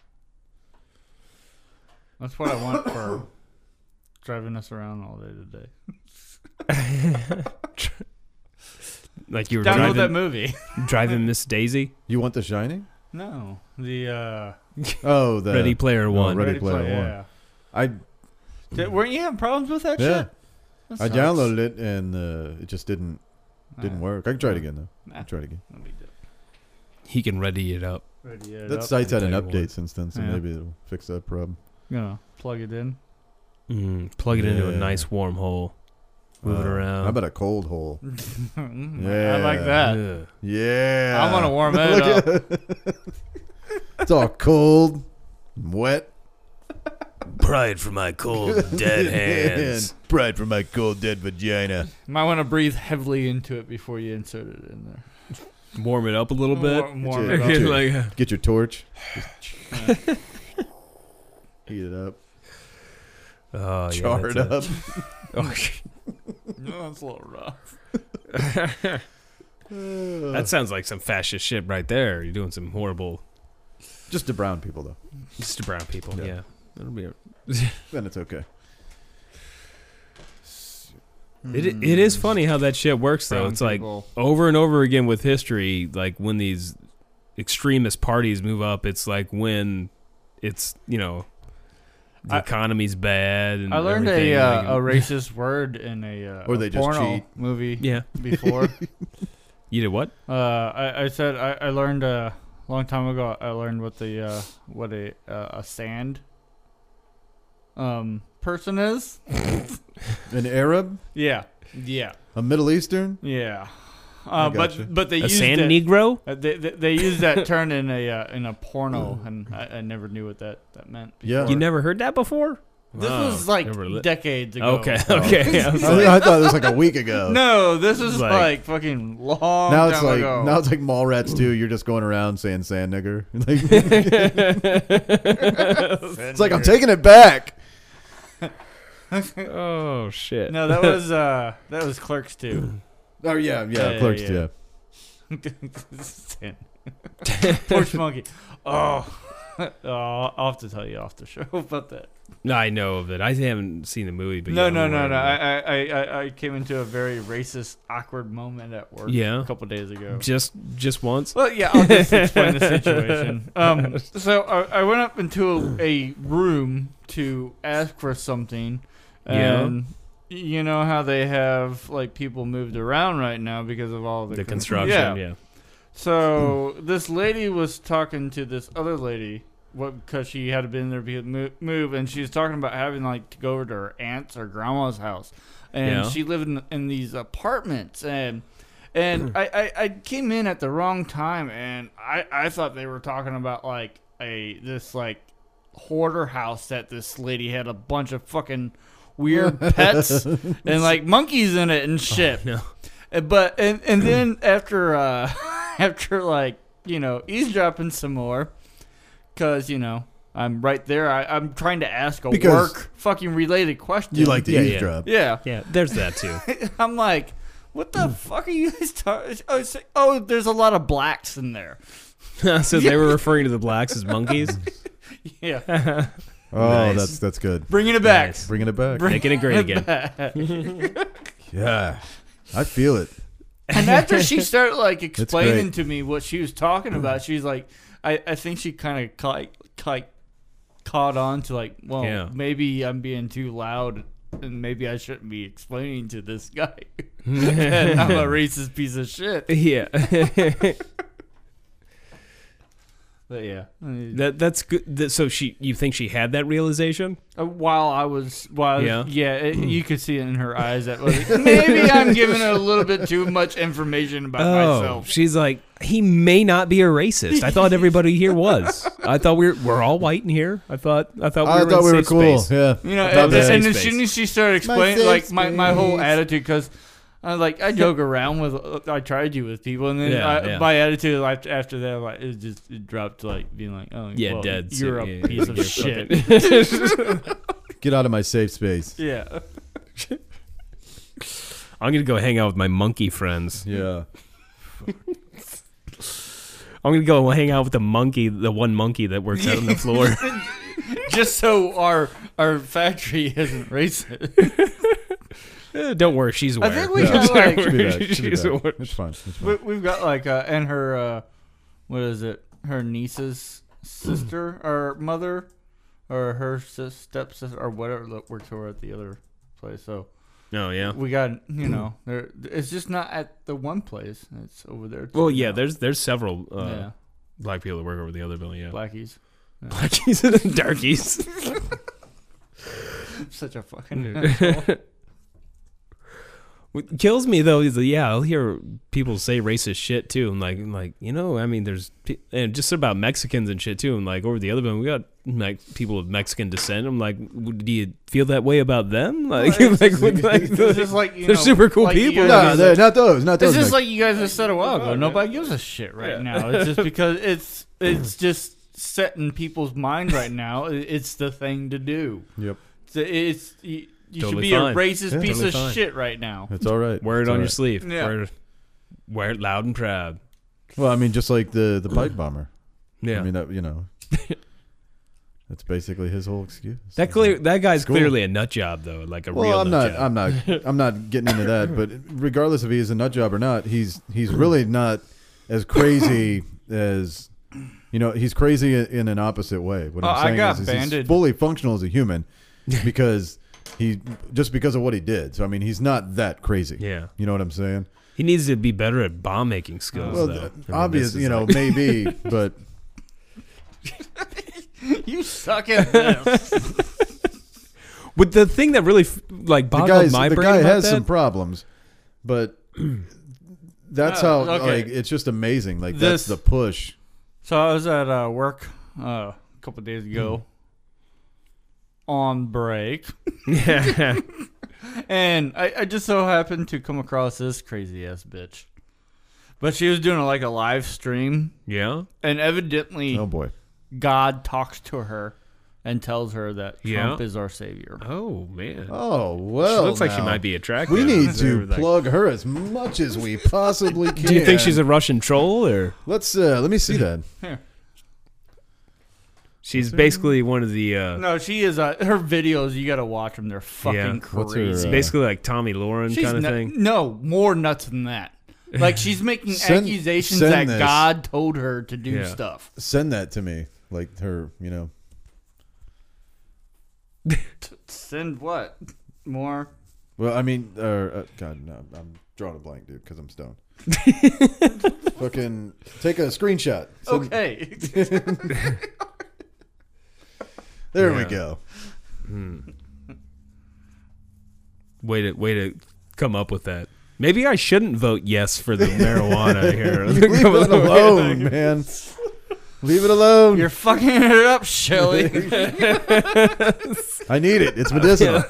Speaker 6: that's what I want for driving us around all day today.
Speaker 4: Like you were
Speaker 6: Download that
Speaker 4: driving,
Speaker 6: movie.
Speaker 4: driving Miss Daisy.
Speaker 5: You want The Shining?
Speaker 6: No, the uh,
Speaker 5: Oh, the
Speaker 4: Ready Player
Speaker 5: no,
Speaker 4: One.
Speaker 5: Ready Player One.
Speaker 6: Yeah.
Speaker 5: I
Speaker 6: Did, weren't you having problems with that
Speaker 5: yeah,
Speaker 6: shit? That
Speaker 5: I
Speaker 6: sucks.
Speaker 5: downloaded it and uh, it just didn't didn't
Speaker 6: Nah,
Speaker 5: work. I can try it again though.
Speaker 6: Nah,
Speaker 5: I'll try it again.
Speaker 6: no big deal.
Speaker 4: He can ready it up.
Speaker 6: Ready it
Speaker 5: That
Speaker 6: up.
Speaker 5: site's had an
Speaker 4: Player One.
Speaker 5: update since then, so
Speaker 6: Yeah.
Speaker 5: maybe it'll fix that problem.
Speaker 6: Gonna plug it in.
Speaker 4: Mm, plug it into a
Speaker 5: Yeah.
Speaker 4: nice warm hole. Move it
Speaker 5: Uh,
Speaker 4: around.
Speaker 5: How about a cold hole?
Speaker 6: Mm, I
Speaker 5: Yeah.
Speaker 6: like that.
Speaker 4: Ugh.
Speaker 5: Yeah.
Speaker 6: I want to warm it up.
Speaker 5: Look at- it's all cold, and wet.
Speaker 4: Pride for my cold dead hands.
Speaker 5: and pride for my cold dead vagina.
Speaker 6: Might want to breathe heavily into it before you insert it in there.
Speaker 4: Warm it up a little bit.
Speaker 6: Warm, warm
Speaker 5: Yeah.
Speaker 6: it up.
Speaker 5: Dude.
Speaker 4: like, uh,
Speaker 5: Get your torch. Just Heat it up.
Speaker 4: oh, yeah,
Speaker 5: char it
Speaker 4: that's Oh,
Speaker 5: up.
Speaker 6: No, that's a little rough.
Speaker 4: it. that sounds like some fascist shit right there. You're doing some horrible
Speaker 5: Just to brown people though.
Speaker 4: just to brown people.
Speaker 5: Yeah.
Speaker 4: Yeah. It'll be a-
Speaker 5: Then it's okay.
Speaker 4: it, it is funny how that shit works though.
Speaker 6: Brown
Speaker 4: It's like
Speaker 6: people.
Speaker 4: over and over again with history, like when these extremist parties move up, it's like when it's you know the
Speaker 6: I-
Speaker 4: economy's bad. And
Speaker 6: I learned a
Speaker 4: everything,
Speaker 6: uh,
Speaker 4: like-
Speaker 6: a racist word in a uh,
Speaker 5: Or
Speaker 6: a
Speaker 5: they just
Speaker 6: porno
Speaker 5: cheat.
Speaker 6: movie
Speaker 4: yeah.
Speaker 6: before.
Speaker 4: You did what?
Speaker 6: Uh, I, I said I, I learned uh, a long time ago. I learned what the uh, what a uh, a sand um person is.
Speaker 5: An Arab,
Speaker 6: Yeah, yeah,
Speaker 5: a Middle Eastern.
Speaker 6: yeah.
Speaker 5: I
Speaker 6: Uh,
Speaker 5: gotcha.
Speaker 6: but but they
Speaker 4: A
Speaker 6: used
Speaker 4: sand
Speaker 6: it,
Speaker 4: negro?
Speaker 6: uh, they, they they used that term in a uh, in a porno, and I, I never knew what that that meant. Before.
Speaker 5: Yeah.
Speaker 4: You never heard that before?
Speaker 6: This
Speaker 4: Wow.
Speaker 6: was like
Speaker 4: Never li-
Speaker 6: decades ago.
Speaker 4: Okay, okay. I was
Speaker 5: I,
Speaker 4: like,
Speaker 5: I thought it was like a week ago.
Speaker 6: No, this is
Speaker 4: Like-
Speaker 6: like, fucking long
Speaker 5: Now it's
Speaker 6: time
Speaker 5: like
Speaker 6: ago.
Speaker 5: now it's like Mallrats too. You're just going around saying sand nigger. Like, it's like I'm taking it back.
Speaker 4: oh shit.
Speaker 6: no, that was uh that was Clerks too.
Speaker 5: Oh yeah, yeah,
Speaker 6: Yeah,
Speaker 5: clerks.
Speaker 6: yeah.
Speaker 5: Yeah,
Speaker 6: Porch monkey. Oh. oh, I'll have to tell you off the show about that.
Speaker 4: No, I know of it. I haven't seen the movie, but
Speaker 6: no,
Speaker 4: yeah,
Speaker 6: no,
Speaker 4: I'm
Speaker 6: no,
Speaker 4: aware
Speaker 6: no.
Speaker 4: of
Speaker 6: I,
Speaker 4: it.
Speaker 6: I, I, I came into a very racist, awkward moment at work.
Speaker 4: Yeah.
Speaker 6: a couple days ago.
Speaker 4: just just once.
Speaker 6: Well, yeah, I'll just explain the situation. Um, so I, I went up into a, a room to ask for something,
Speaker 4: Yeah.
Speaker 6: and you know how they have like people moved around right now because of all the,
Speaker 4: The
Speaker 6: con-
Speaker 4: construction, yeah.
Speaker 6: So this lady was talking to this other lady, what because she had been there because mo- move, and she was talking about having like to go over to her aunt's or grandma's house, and
Speaker 4: Yeah.
Speaker 6: she lived in, in these apartments, and and I, I I came in at the wrong time, and I I thought they were talking about like a this like hoarder house that this lady had a bunch of fucking weird pets and like monkeys in it and shit.
Speaker 4: Oh, no.
Speaker 6: Uh, But and and then after uh after like, you know, eavesdropping some more cuz you know, I'm right there. I, I'm trying to ask a
Speaker 5: Because-
Speaker 6: work fucking related question.
Speaker 5: you like to
Speaker 4: Yeah, yeah.
Speaker 5: eavesdrop.
Speaker 6: Yeah.
Speaker 4: Yeah, there's that too.
Speaker 6: I'm like, what
Speaker 5: Mm.
Speaker 6: the fuck are you guys talking? Oh, so- oh, there's a lot of blacks in there.
Speaker 4: so they were referring to the blacks as monkeys.
Speaker 6: Yeah,
Speaker 5: Oh,
Speaker 4: Nice.
Speaker 5: that's that's good.
Speaker 6: bringing it back.
Speaker 4: Nice.
Speaker 5: Bringing it back.
Speaker 6: Bring
Speaker 4: Making it great again.
Speaker 6: back.
Speaker 5: yeah, I feel it.
Speaker 6: And after she started like explaining
Speaker 5: great.
Speaker 6: to me what she was talking about, she's like, I, I think she kind of caught, like caught on to like, well,
Speaker 4: Yeah.
Speaker 6: maybe I'm being too loud and maybe I shouldn't be explaining to this guy. and I'm a racist piece of shit.
Speaker 4: Yeah,
Speaker 6: But yeah. Uh,
Speaker 4: that that's good. That, so she, you think she had that realization?
Speaker 6: While I was, while
Speaker 4: Yeah.
Speaker 6: yeah, it, you could see it in her eyes that was like, maybe I'm giving her a little bit too much information about
Speaker 4: Oh,
Speaker 6: myself.
Speaker 4: she's like, he may not be a racist. I thought everybody here was. I thought we we're we're all white in here. I thought I thought we
Speaker 5: I
Speaker 4: were
Speaker 5: thought
Speaker 4: in
Speaker 5: we were
Speaker 4: safe
Speaker 5: cool.
Speaker 4: space.
Speaker 5: Yeah,
Speaker 6: You know,
Speaker 4: About
Speaker 6: and,
Speaker 4: the
Speaker 6: and
Speaker 4: safe
Speaker 6: as soon
Speaker 4: space.
Speaker 6: as she started explaining,
Speaker 5: safe
Speaker 6: like my, my whole
Speaker 5: space.
Speaker 6: attitude, because I like I joke around with I tried you with people, and then
Speaker 4: Yeah,
Speaker 6: I,
Speaker 4: yeah.
Speaker 6: my attitude like, after that, like it just it dropped to like being like, oh
Speaker 4: Yeah,
Speaker 6: well,
Speaker 4: dead.
Speaker 6: you're a
Speaker 4: Yeah, yeah,
Speaker 6: piece of
Speaker 4: you're
Speaker 6: shit.
Speaker 5: get out of my safe space.
Speaker 6: yeah,
Speaker 4: I'm gonna go hang out with my monkey friends.
Speaker 5: Yeah,
Speaker 4: I'm gonna go hang out with the monkey, the one monkey that works out on the floor.
Speaker 6: just so our our factory isn't racist.
Speaker 4: Eh, Don't worry, she's aware.
Speaker 6: I think we
Speaker 5: Yeah.
Speaker 6: got like
Speaker 5: Should be back. Should be
Speaker 4: She's
Speaker 5: back.
Speaker 4: aware.
Speaker 5: It's fine. It's fine.
Speaker 6: we, we've got like uh, and her uh, what is it? her niece's sister or mother, or her sis, stepsister or whatever that works over at the other place. So
Speaker 4: Oh yeah.
Speaker 6: we got you know there. It's just not at the one place. It's over there. too
Speaker 4: Well, yeah.
Speaker 6: now.
Speaker 4: There's there's several uh,
Speaker 6: yeah,
Speaker 4: black people that work over the other building. Yeah.
Speaker 6: blackies.
Speaker 4: Blackies and darkies.
Speaker 6: Such a fucking.
Speaker 4: What kills me though is that, yeah, I'll hear people say racist shit too. I'm like, I'm like you know, I mean, there's pe- and just about Mexicans and shit too. I'm like, over the other one, we got like people of Mexican descent. I'm like, w- do you feel that way about them? Like,
Speaker 6: Well, it's
Speaker 4: like,
Speaker 6: just-
Speaker 4: what- like,
Speaker 6: It's just like you
Speaker 4: they're
Speaker 6: know,
Speaker 4: super cool
Speaker 6: like you
Speaker 4: people.
Speaker 6: guys-
Speaker 5: No, they're not those. Not those.
Speaker 6: It's just
Speaker 5: Mex-
Speaker 6: like you guys just said a while ago. Nobody gives a shit right
Speaker 4: Yeah.
Speaker 6: now. It's just because it's it's just set in people's mind right now. I- It's the thing to do.
Speaker 5: yep.
Speaker 6: It's, it's you, you
Speaker 4: Totally
Speaker 6: should be
Speaker 4: fine.
Speaker 6: a racist
Speaker 5: Yeah.
Speaker 6: piece
Speaker 4: Totally
Speaker 6: of
Speaker 4: fine.
Speaker 6: shit right now.
Speaker 5: It's all right.
Speaker 4: Wear it
Speaker 5: It's
Speaker 4: on
Speaker 5: all
Speaker 4: your
Speaker 5: right.
Speaker 4: sleeve.
Speaker 6: Yeah.
Speaker 4: Wear, it- wear it loud and proud.
Speaker 5: Well, I mean, just like the the pipe bomber.
Speaker 4: Yeah,
Speaker 5: I mean, that you know. That's basically his whole excuse.
Speaker 4: that clear. That guy's
Speaker 5: cool.
Speaker 4: clearly a nut job though, like a
Speaker 5: Well,
Speaker 4: real
Speaker 5: I'm
Speaker 4: nut
Speaker 5: not.
Speaker 4: job.
Speaker 5: I'm not. I'm not getting into that. But regardless if he is a nut job or not, he's he's really not as crazy as you know. He's crazy in an opposite way. What
Speaker 6: Oh,
Speaker 5: I'm
Speaker 6: I
Speaker 5: saying
Speaker 6: got
Speaker 5: is, is he's
Speaker 6: banded.
Speaker 5: fully functional as a human because he just because of what he did. So I mean, he's not that crazy.
Speaker 4: yeah,
Speaker 5: You know what I'm saying?
Speaker 4: he needs to be better at bomb making skills.
Speaker 5: Well,
Speaker 4: though. I
Speaker 5: th-
Speaker 4: mean, this
Speaker 5: obvious.
Speaker 4: is
Speaker 5: You know,
Speaker 4: like-
Speaker 5: maybe, but
Speaker 6: You suck at this.
Speaker 4: but the thing that really f- like
Speaker 5: the,
Speaker 4: boggled
Speaker 5: guy's,
Speaker 4: my
Speaker 5: the
Speaker 4: brain
Speaker 5: guy
Speaker 4: about
Speaker 5: has
Speaker 4: that-
Speaker 5: some problems, but that's
Speaker 4: Oh,
Speaker 6: No,
Speaker 5: how
Speaker 6: okay.
Speaker 5: like it's just amazing. Like that's the
Speaker 6: This-
Speaker 5: push.
Speaker 6: so I was at uh, work uh, a couple days ago on break,
Speaker 4: yeah.
Speaker 6: and I, I just so happened to come across this crazy ass bitch. But she was doing like a live stream,
Speaker 4: Yeah.
Speaker 6: and evidently
Speaker 5: Oh boy.
Speaker 6: God talks to her and tells her that
Speaker 4: Yeah.
Speaker 6: Trump is our savior.
Speaker 4: Oh man.
Speaker 5: Oh well.
Speaker 4: she looks like she
Speaker 5: now.
Speaker 4: might be attractive.
Speaker 5: We need
Speaker 4: Is
Speaker 5: to
Speaker 4: there, like-
Speaker 5: plug her as much as we possibly can.
Speaker 4: Do you think she's a Russian troll or
Speaker 5: Let's uh, let me see that.
Speaker 4: she's basically one of the uh
Speaker 6: No, she is. Uh, her videos, you got to watch them. They're fucking
Speaker 4: Yeah.
Speaker 5: What's her,
Speaker 6: crazy.
Speaker 5: uh,
Speaker 4: basically like Tommy Lauren
Speaker 6: she's
Speaker 4: kind of
Speaker 6: nu-
Speaker 4: thing?
Speaker 6: No, more nuts than that. Like she's making
Speaker 5: Send-
Speaker 6: accusations
Speaker 5: send
Speaker 6: that
Speaker 5: this.
Speaker 6: God told her to do
Speaker 4: Yeah.
Speaker 6: stuff.
Speaker 5: Send that to me, like her. You know,
Speaker 6: Send what? More?
Speaker 5: well, I mean, uh, uh, God, no, I'm drawing a blank, dude, because I'm stoned. Fucking take a screenshot. Send-
Speaker 6: Okay.
Speaker 5: There we
Speaker 4: Yeah.
Speaker 5: go.
Speaker 4: Way to way to come up with that. Maybe I shouldn't vote yes for the marijuana here.
Speaker 5: Leave it alone, man. Leave it alone.
Speaker 6: You're fucking it up, Shelly.
Speaker 5: I need it. It's medicinal.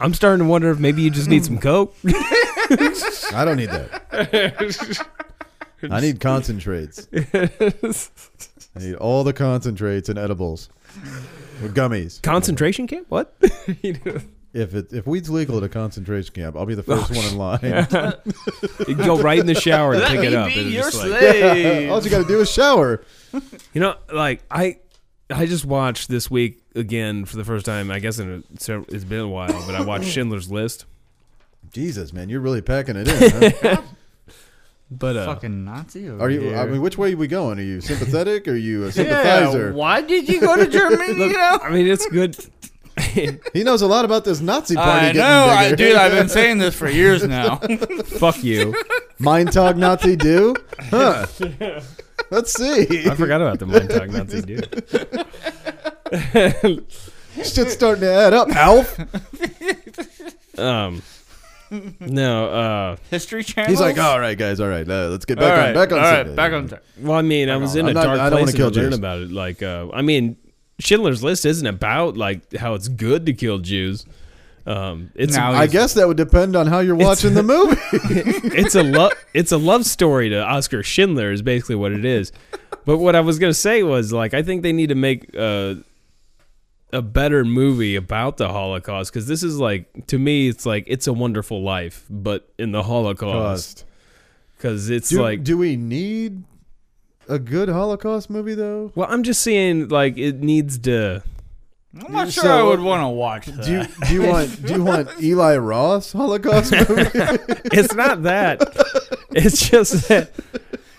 Speaker 4: I'm starting to wonder if maybe you just need some coke.
Speaker 5: I don't need that. I need concentrates. I need all the concentrates and edibles. Or gummies.
Speaker 4: Concentration camp? What?
Speaker 5: If it if weed's legal at a concentration camp, I'll be the first one in line.
Speaker 4: You go right in the shower and
Speaker 6: Let
Speaker 4: pick
Speaker 6: me
Speaker 4: it up.
Speaker 6: be
Speaker 4: and it's
Speaker 6: your
Speaker 4: just like-
Speaker 6: slave.
Speaker 5: all you got to do is shower.
Speaker 4: You know, like I, I just watched this week again for the first time. I guess in a, several- it's been a while, but I watched Schindler's List.
Speaker 5: Jesus, man, you're really packing it in. Huh?
Speaker 4: But uh,
Speaker 6: fucking Nazi. over
Speaker 5: Are you?
Speaker 6: here.
Speaker 5: I mean, which way are we going? Are you sympathetic? Or are you a
Speaker 6: Yeah.
Speaker 5: sympathizer?
Speaker 6: Why did you go to Germany? you know?
Speaker 4: I mean, it's good.
Speaker 5: He knows a lot about this Nazi party.
Speaker 6: I
Speaker 5: getting
Speaker 6: know, I,
Speaker 5: bigger.
Speaker 6: dude. I've been saying this for years now.
Speaker 4: Fuck you.
Speaker 5: Mind talk Nazi do? Huh? Let's see.
Speaker 4: I forgot about the mind talk Nazi dude.
Speaker 5: Shit's starting to add up. Alf.
Speaker 4: Um, no. Uh,
Speaker 6: History Channel.
Speaker 5: He's like, all right, guys, all right, uh, let's get
Speaker 6: All
Speaker 5: back
Speaker 6: right,
Speaker 5: on back on
Speaker 6: all right,
Speaker 5: subject."
Speaker 6: back on track.
Speaker 4: well, I mean, I was in
Speaker 5: I'm
Speaker 4: a
Speaker 5: not-
Speaker 4: dark
Speaker 5: I don't wanna
Speaker 4: place
Speaker 5: kill
Speaker 4: to learn
Speaker 5: Jews.
Speaker 4: about it. Like, uh, I mean, Schindler's List isn't about like how it's good to kill Jews. Um, it's
Speaker 6: Now
Speaker 5: I guess that would depend on how you're watching the movie.
Speaker 4: it's a love it's a love story to Oscar Schindler is basically what it is. But what I was gonna say was like I think they need to make uh, a better movie about the Holocaust because this is like to me it's like it's a Wonderful Life but in the Holocaust because it's
Speaker 5: do,
Speaker 4: like
Speaker 5: do we need a good Holocaust movie though?
Speaker 4: well I'm just saying like it needs to
Speaker 6: I'm not sure
Speaker 5: So-
Speaker 6: I would want to watch that.
Speaker 5: Do you, do
Speaker 6: Uh.
Speaker 5: you want do you want Eli Ross Holocaust movie?
Speaker 4: it's not that It's just that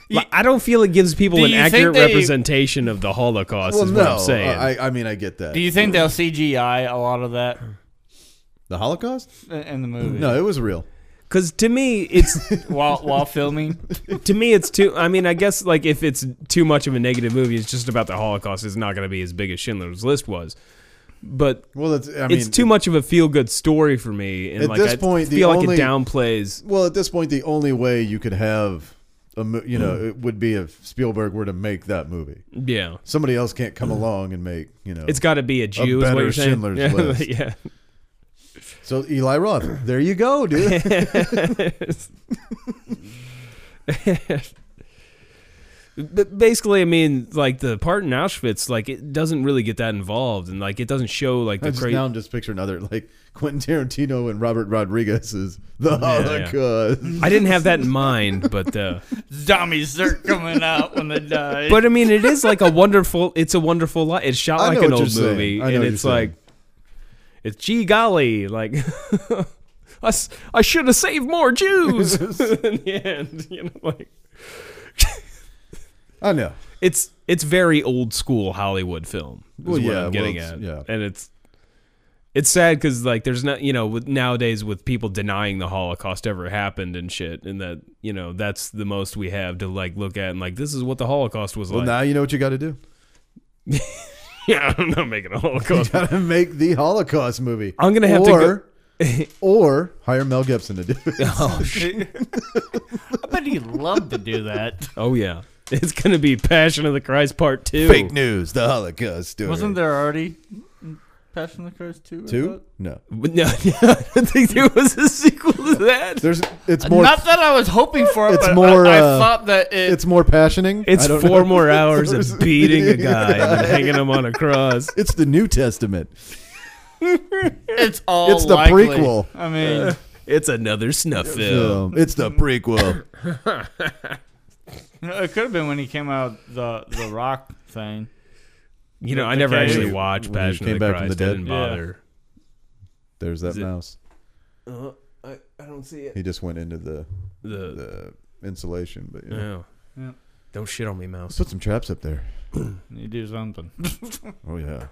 Speaker 4: like, I don't feel it gives people
Speaker 6: Do
Speaker 4: an
Speaker 6: you think
Speaker 4: accurate
Speaker 6: they-
Speaker 4: representation of the Holocaust. is what I'm saying.
Speaker 5: I, I mean, I get that.
Speaker 6: Do you think they'll CGI a lot of that
Speaker 5: the Holocaust?
Speaker 6: in- in the movie?
Speaker 5: No, it was real.
Speaker 4: Because to me, it's
Speaker 6: While while filming,
Speaker 4: to me it's too. I mean, I guess like if it's too much of a negative movie, it's just about the Holocaust. It's not going to be as big as Schindler's List was. But
Speaker 5: Well, that's. I mean,
Speaker 4: it's too much of a feel good story for me, and
Speaker 5: At
Speaker 4: like
Speaker 5: this
Speaker 4: I
Speaker 5: point, the
Speaker 4: feel like
Speaker 5: only-
Speaker 4: it downplays.
Speaker 5: Well, at this point, the only way you could have a, mo- you
Speaker 6: Hmm.
Speaker 5: know, it would be if Spielberg were to make that movie.
Speaker 4: Yeah,
Speaker 5: Somebody else can't
Speaker 6: Hmm.
Speaker 5: come along and make, you know.
Speaker 4: it's got to be a Jew. is
Speaker 5: better
Speaker 4: what you're saying?
Speaker 5: Schindler's
Speaker 4: yeah,
Speaker 5: List.
Speaker 4: yeah.
Speaker 5: so Eli Roth. There you go, dude.
Speaker 4: but basically, I mean, like the part in Auschwitz, like it doesn't really get that involved, and like it doesn't show like
Speaker 5: I
Speaker 4: the
Speaker 5: just,
Speaker 4: crazy.
Speaker 5: now I'm just picturing other like Quentin Tarantino and Robert Rodriguez is the
Speaker 4: Yeah,
Speaker 5: Holocaust.
Speaker 4: I didn't have that in mind, but uh,
Speaker 6: zombies are coming out when they die.
Speaker 4: but I mean, it is like a wonderful. It's a wonderful life. It's shot
Speaker 5: I
Speaker 4: like
Speaker 5: know
Speaker 4: an
Speaker 5: what
Speaker 4: old
Speaker 5: you're saying.
Speaker 4: movie,
Speaker 5: I know
Speaker 4: and
Speaker 5: what
Speaker 4: it's
Speaker 5: you're
Speaker 4: like
Speaker 5: saying.
Speaker 4: it's gee golly, like I, s- I should have saved more Jews in the end. You know, like
Speaker 5: I know.
Speaker 4: it's it's very old school Hollywood film. Is
Speaker 5: Well,
Speaker 4: what
Speaker 5: yeah,
Speaker 4: I'm getting
Speaker 5: well,
Speaker 4: at.
Speaker 5: it's- yeah.
Speaker 4: and it's it's sad because like there's not you know with nowadays with people denying the Holocaust ever happened and shit, and that you know that's the most we have to like look at and like this is what the Holocaust was
Speaker 5: Well,
Speaker 4: like.
Speaker 5: now you know what you got to do.
Speaker 4: yeah, I'm not making a Holocaust.
Speaker 5: Got to make the Holocaust movie.
Speaker 4: I'm gonna have to go-
Speaker 5: or, to or hire Mel Gibson to do it.
Speaker 4: oh shit!
Speaker 6: I bet he loved to do that.
Speaker 4: Oh yeah, it's gonna be Passion of the Christ Part Two.
Speaker 5: Fake news, the Holocaust story.
Speaker 6: Wasn't there already Passion of the Christ two? I
Speaker 5: two?
Speaker 6: thought?
Speaker 5: No.
Speaker 4: But No, I don't think there was a sequel to that.
Speaker 5: There's
Speaker 4: Uh,
Speaker 5: it's more
Speaker 6: Not that I was hoping for it,
Speaker 5: It's
Speaker 6: but
Speaker 5: more,
Speaker 6: I, I
Speaker 5: uh,
Speaker 6: thought that it,
Speaker 5: it's more passioning.
Speaker 4: It's
Speaker 5: I don't
Speaker 4: four
Speaker 5: know.
Speaker 4: more hours
Speaker 5: There's-
Speaker 4: of beating a guy and then hanging him on a cross.
Speaker 5: It's the New Testament.
Speaker 6: it's all
Speaker 5: it's the
Speaker 6: likely.
Speaker 5: prequel.
Speaker 6: I mean,
Speaker 4: It's another snuff film.
Speaker 5: Um, it's the prequel.
Speaker 6: you know, it could have been when he came out the the rock thing.
Speaker 4: You know, I never
Speaker 6: Okay.
Speaker 4: actually watched
Speaker 5: When he
Speaker 4: Passion
Speaker 5: came
Speaker 4: of the
Speaker 5: back
Speaker 4: Christ.
Speaker 5: from the
Speaker 4: I
Speaker 5: dead.
Speaker 4: didn't
Speaker 6: Yeah.
Speaker 4: bother.
Speaker 5: There's that
Speaker 4: Is it-
Speaker 5: mouse.
Speaker 4: I, I don't see it.
Speaker 5: He just went into the
Speaker 4: The,
Speaker 5: the insulation, but yeah.
Speaker 4: oh.
Speaker 6: Yeah.
Speaker 4: Don't shit on me,
Speaker 5: Let's
Speaker 4: mouse.
Speaker 5: put some traps up there.
Speaker 6: You do something.
Speaker 5: Oh yeah.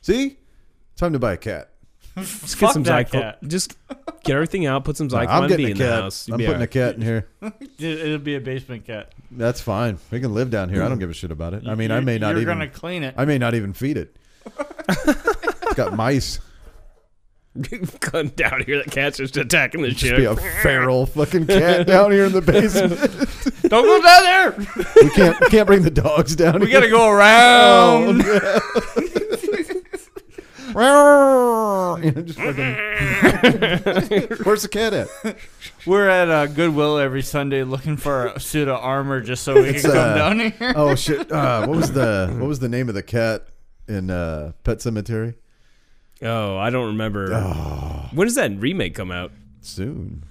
Speaker 5: See, time to buy a cat.
Speaker 4: Just
Speaker 6: Fuck
Speaker 4: get some
Speaker 6: that
Speaker 4: Zyklon.
Speaker 6: cat.
Speaker 4: Just get everything out. Put some
Speaker 5: Nah,
Speaker 4: Zyklon
Speaker 5: I'm
Speaker 4: D
Speaker 5: getting a
Speaker 4: in the
Speaker 5: cat.
Speaker 4: house. You'll
Speaker 5: I'm
Speaker 4: be
Speaker 5: putting
Speaker 4: all
Speaker 5: a
Speaker 4: right.
Speaker 5: cat in here.
Speaker 6: Dude, It'll be a basement cat.
Speaker 5: That's fine. We can live down here. I don't give a shit about it. I mean, I
Speaker 6: You're-
Speaker 5: may not
Speaker 6: you're
Speaker 5: even
Speaker 6: gonna clean it.
Speaker 5: I may not even feed it. it's got mice.
Speaker 4: Come down here. That cat's just attacking the
Speaker 5: Just be
Speaker 4: shit.
Speaker 5: a feral fucking cat down here in the basement.
Speaker 6: Don't go down there.
Speaker 5: We can't we can't bring the dogs down.
Speaker 6: We
Speaker 5: here.
Speaker 6: gotta go around.
Speaker 5: You know, just fucking- Where's the cat at?
Speaker 6: We're at uh, Goodwill every Sunday looking for a suit of armor just so we can
Speaker 5: It's,
Speaker 6: come
Speaker 5: uh,
Speaker 6: down here.
Speaker 5: Oh shit! Uh, what was the what was the name of the cat in uh, Pet Cemetery?
Speaker 4: Oh, I don't remember.
Speaker 5: Ah.
Speaker 4: When does that remake come out?
Speaker 5: Soon.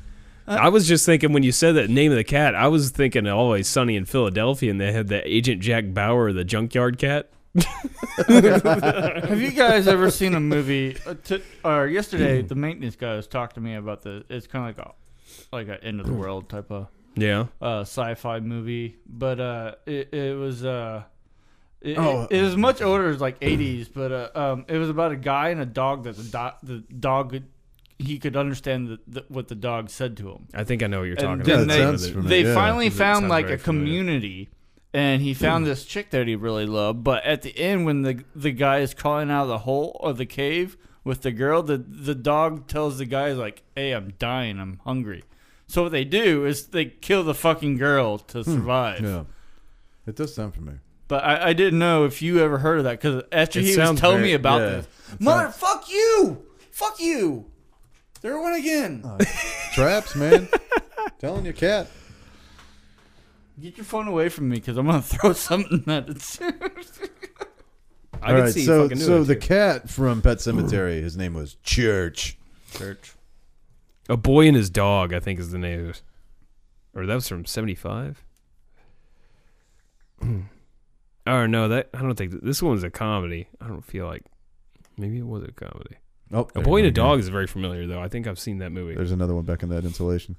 Speaker 4: I was just thinking when you said that name of the cat, I was thinking of Always Sunny in Philadelphia, and they had that Agent Jack Bauer, the junkyard cat.
Speaker 6: Have you guys ever seen a movie? Uh, t- or yesterday, the maintenance guy was talking to me about the. It's kind of like a like an end of the world type of
Speaker 4: Yeah.
Speaker 6: uh, sci-fi movie, but uh, it, it was uh, it,
Speaker 5: Oh.
Speaker 6: it, it was much older, it was like '80s, but uh, um, it was about a guy and a dog that the, do- the dog could- he could understand the, the, what the dog said to him.
Speaker 4: I think I know what you're talking
Speaker 6: And
Speaker 4: about.
Speaker 5: Yeah,
Speaker 6: then
Speaker 5: that
Speaker 6: they,
Speaker 5: sounds familiar.
Speaker 6: they
Speaker 5: Yeah.
Speaker 6: finally
Speaker 4: It
Speaker 6: found
Speaker 4: sounds
Speaker 6: like
Speaker 4: very
Speaker 6: a
Speaker 4: familiar.
Speaker 6: community, and he found this chick that he really loved. But at the end, when the the guy is calling out of the hole or the cave with the girl, the the dog tells the guy like, "Hey, I'm dying. I'm hungry." So what they do is they kill the fucking girl
Speaker 4: Hmm.
Speaker 6: to survive.
Speaker 5: Yeah. It does sound familiar.
Speaker 6: But I, I didn't know if you ever heard of that because after
Speaker 4: It
Speaker 6: he was
Speaker 4: sounds
Speaker 6: telling
Speaker 4: very-
Speaker 6: me about
Speaker 5: yeah.
Speaker 6: this, mother, fuck you, fuck you. There it went again.
Speaker 4: Uh.
Speaker 5: Traps, man. Telling your cat.
Speaker 6: Get your phone away from me because I'm gonna throw something at it.
Speaker 4: I
Speaker 5: All
Speaker 4: can
Speaker 5: right,
Speaker 4: see
Speaker 5: so
Speaker 4: fucking
Speaker 5: so
Speaker 4: doing
Speaker 5: the
Speaker 4: it, too.
Speaker 5: cat from Pet Cemetery, his name was Church.
Speaker 6: Church.
Speaker 4: A Boy and His Dog, I think is the name of it. Or that was from 75? oh, no, that I don't think this one was a comedy. I don't feel like maybe it was a comedy.
Speaker 5: Oh,
Speaker 4: A Boy and a Dog is very familiar though. I think I've seen that movie.
Speaker 5: There's another one back in that insulation.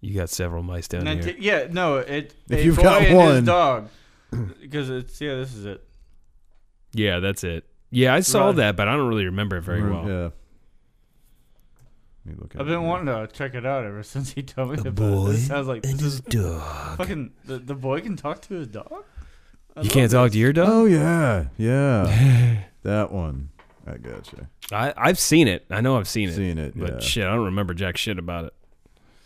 Speaker 4: You got several mice down
Speaker 6: Nineteen-
Speaker 4: here.
Speaker 6: yeah, no, it.
Speaker 5: If
Speaker 6: a
Speaker 5: you've
Speaker 6: boy
Speaker 5: got
Speaker 6: and his
Speaker 5: one.
Speaker 6: dog, because it's yeah, this is it.
Speaker 4: Yeah, that's it. Yeah, I saw
Speaker 6: Right.
Speaker 4: that, but I don't really remember it very
Speaker 5: Or-
Speaker 4: well.
Speaker 5: Yeah. Let me look at
Speaker 6: I've
Speaker 5: it
Speaker 6: been
Speaker 5: here.
Speaker 6: wanting to check it out ever since he told me
Speaker 4: The
Speaker 6: about it.
Speaker 4: boy
Speaker 6: This sounds like this is
Speaker 4: dog.
Speaker 6: fucking the, the boy can talk to his dog. I
Speaker 4: You
Speaker 6: love
Speaker 4: can't talk to your dog.
Speaker 5: Oh yeah, yeah, that one. I gotcha.
Speaker 4: I I've seen it. I know I've seen it.
Speaker 5: Seen it,
Speaker 4: but
Speaker 5: yeah.
Speaker 4: shit, I don't remember jack shit about it.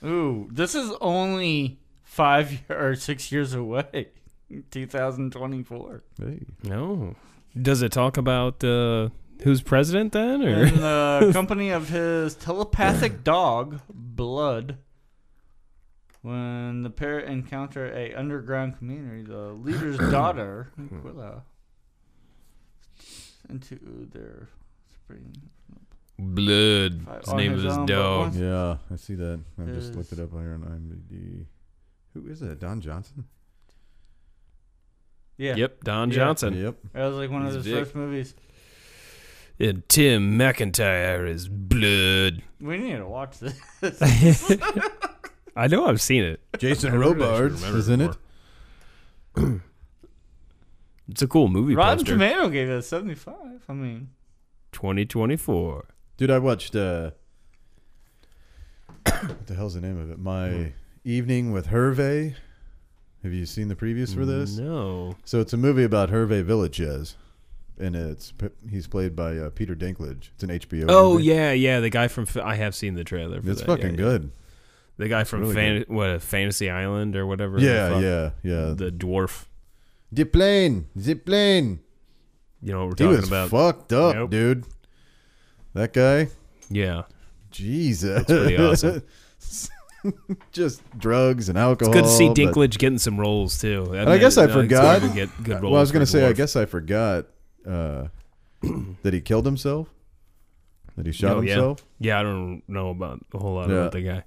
Speaker 6: it. Ooh, this is only five y- or six years away. 2024.
Speaker 5: Hey,
Speaker 4: No. Does it talk about uh, who's president then, or
Speaker 6: In the company of his telepathic dog, Blood, when the pair encounter a underground community, the leader's daughter, Aquila, into their spring.
Speaker 4: blood?
Speaker 6: Fight
Speaker 4: It's the
Speaker 6: on
Speaker 4: name of
Speaker 6: his
Speaker 4: this
Speaker 6: own, but
Speaker 4: dog.
Speaker 6: once-
Speaker 5: yeah, I see that. I just
Speaker 6: Is-
Speaker 5: looked it up here on IMDb. Who is that? Don Johnson.
Speaker 6: Yeah.
Speaker 4: Yep, Don
Speaker 6: Yeah.
Speaker 4: Johnson.
Speaker 5: Yep.
Speaker 6: That was like one of
Speaker 4: He's
Speaker 6: his
Speaker 4: big.
Speaker 6: first movies.
Speaker 4: And Tim McIntyre is blood.
Speaker 6: We need to watch this.
Speaker 4: I know I've seen it.
Speaker 5: Jason
Speaker 4: remember- I should
Speaker 5: Robards
Speaker 4: remember
Speaker 5: is in it.
Speaker 4: more. It's a cool movie
Speaker 6: Rotten
Speaker 4: poster.
Speaker 6: Tomato gave it a 75. I mean,
Speaker 4: 2024.
Speaker 5: Dude, I watched. uh What the hell's the name of it? My
Speaker 4: Hmm.
Speaker 5: evening with Hervé. Have you seen the previews for this?
Speaker 4: No.
Speaker 5: So it's a movie about Hervé Villachez, and it's he's played by uh, Peter Dinklage. It's an HBO.
Speaker 4: Oh
Speaker 5: movie.
Speaker 4: yeah, yeah. The guy from Fa- I have seen the trailer. For
Speaker 5: it's
Speaker 4: that, yeah,
Speaker 5: fucking
Speaker 4: yeah.
Speaker 5: good.
Speaker 4: The guy from
Speaker 5: really
Speaker 4: Fan- what uh, Fantasy Island or whatever. the
Speaker 5: Yeah,
Speaker 4: fuck,
Speaker 5: yeah, yeah.
Speaker 4: The dwarf.
Speaker 5: The plane, the plane.
Speaker 4: You know what
Speaker 5: He
Speaker 4: we're
Speaker 5: was
Speaker 4: talking about?
Speaker 5: fucked up,
Speaker 4: Nope.
Speaker 5: dude. That guy,
Speaker 4: yeah.
Speaker 5: Jesus,
Speaker 4: pretty awesome.
Speaker 5: Just drugs and alcohol.
Speaker 4: It's good to see
Speaker 5: Oh, but-
Speaker 4: Dinklage getting some roles too. uh,
Speaker 5: And I guess I
Speaker 4: it's hard
Speaker 5: forgot.
Speaker 4: to Get good roles
Speaker 5: Well, I was gonna
Speaker 4: for
Speaker 5: say, I
Speaker 4: dwarf.
Speaker 5: guess I forgot uh, that he killed himself. That he shot
Speaker 4: Oh, yeah.
Speaker 5: himself.
Speaker 4: Yeah, I don't know about a whole lot
Speaker 5: Yeah.
Speaker 4: about the guy.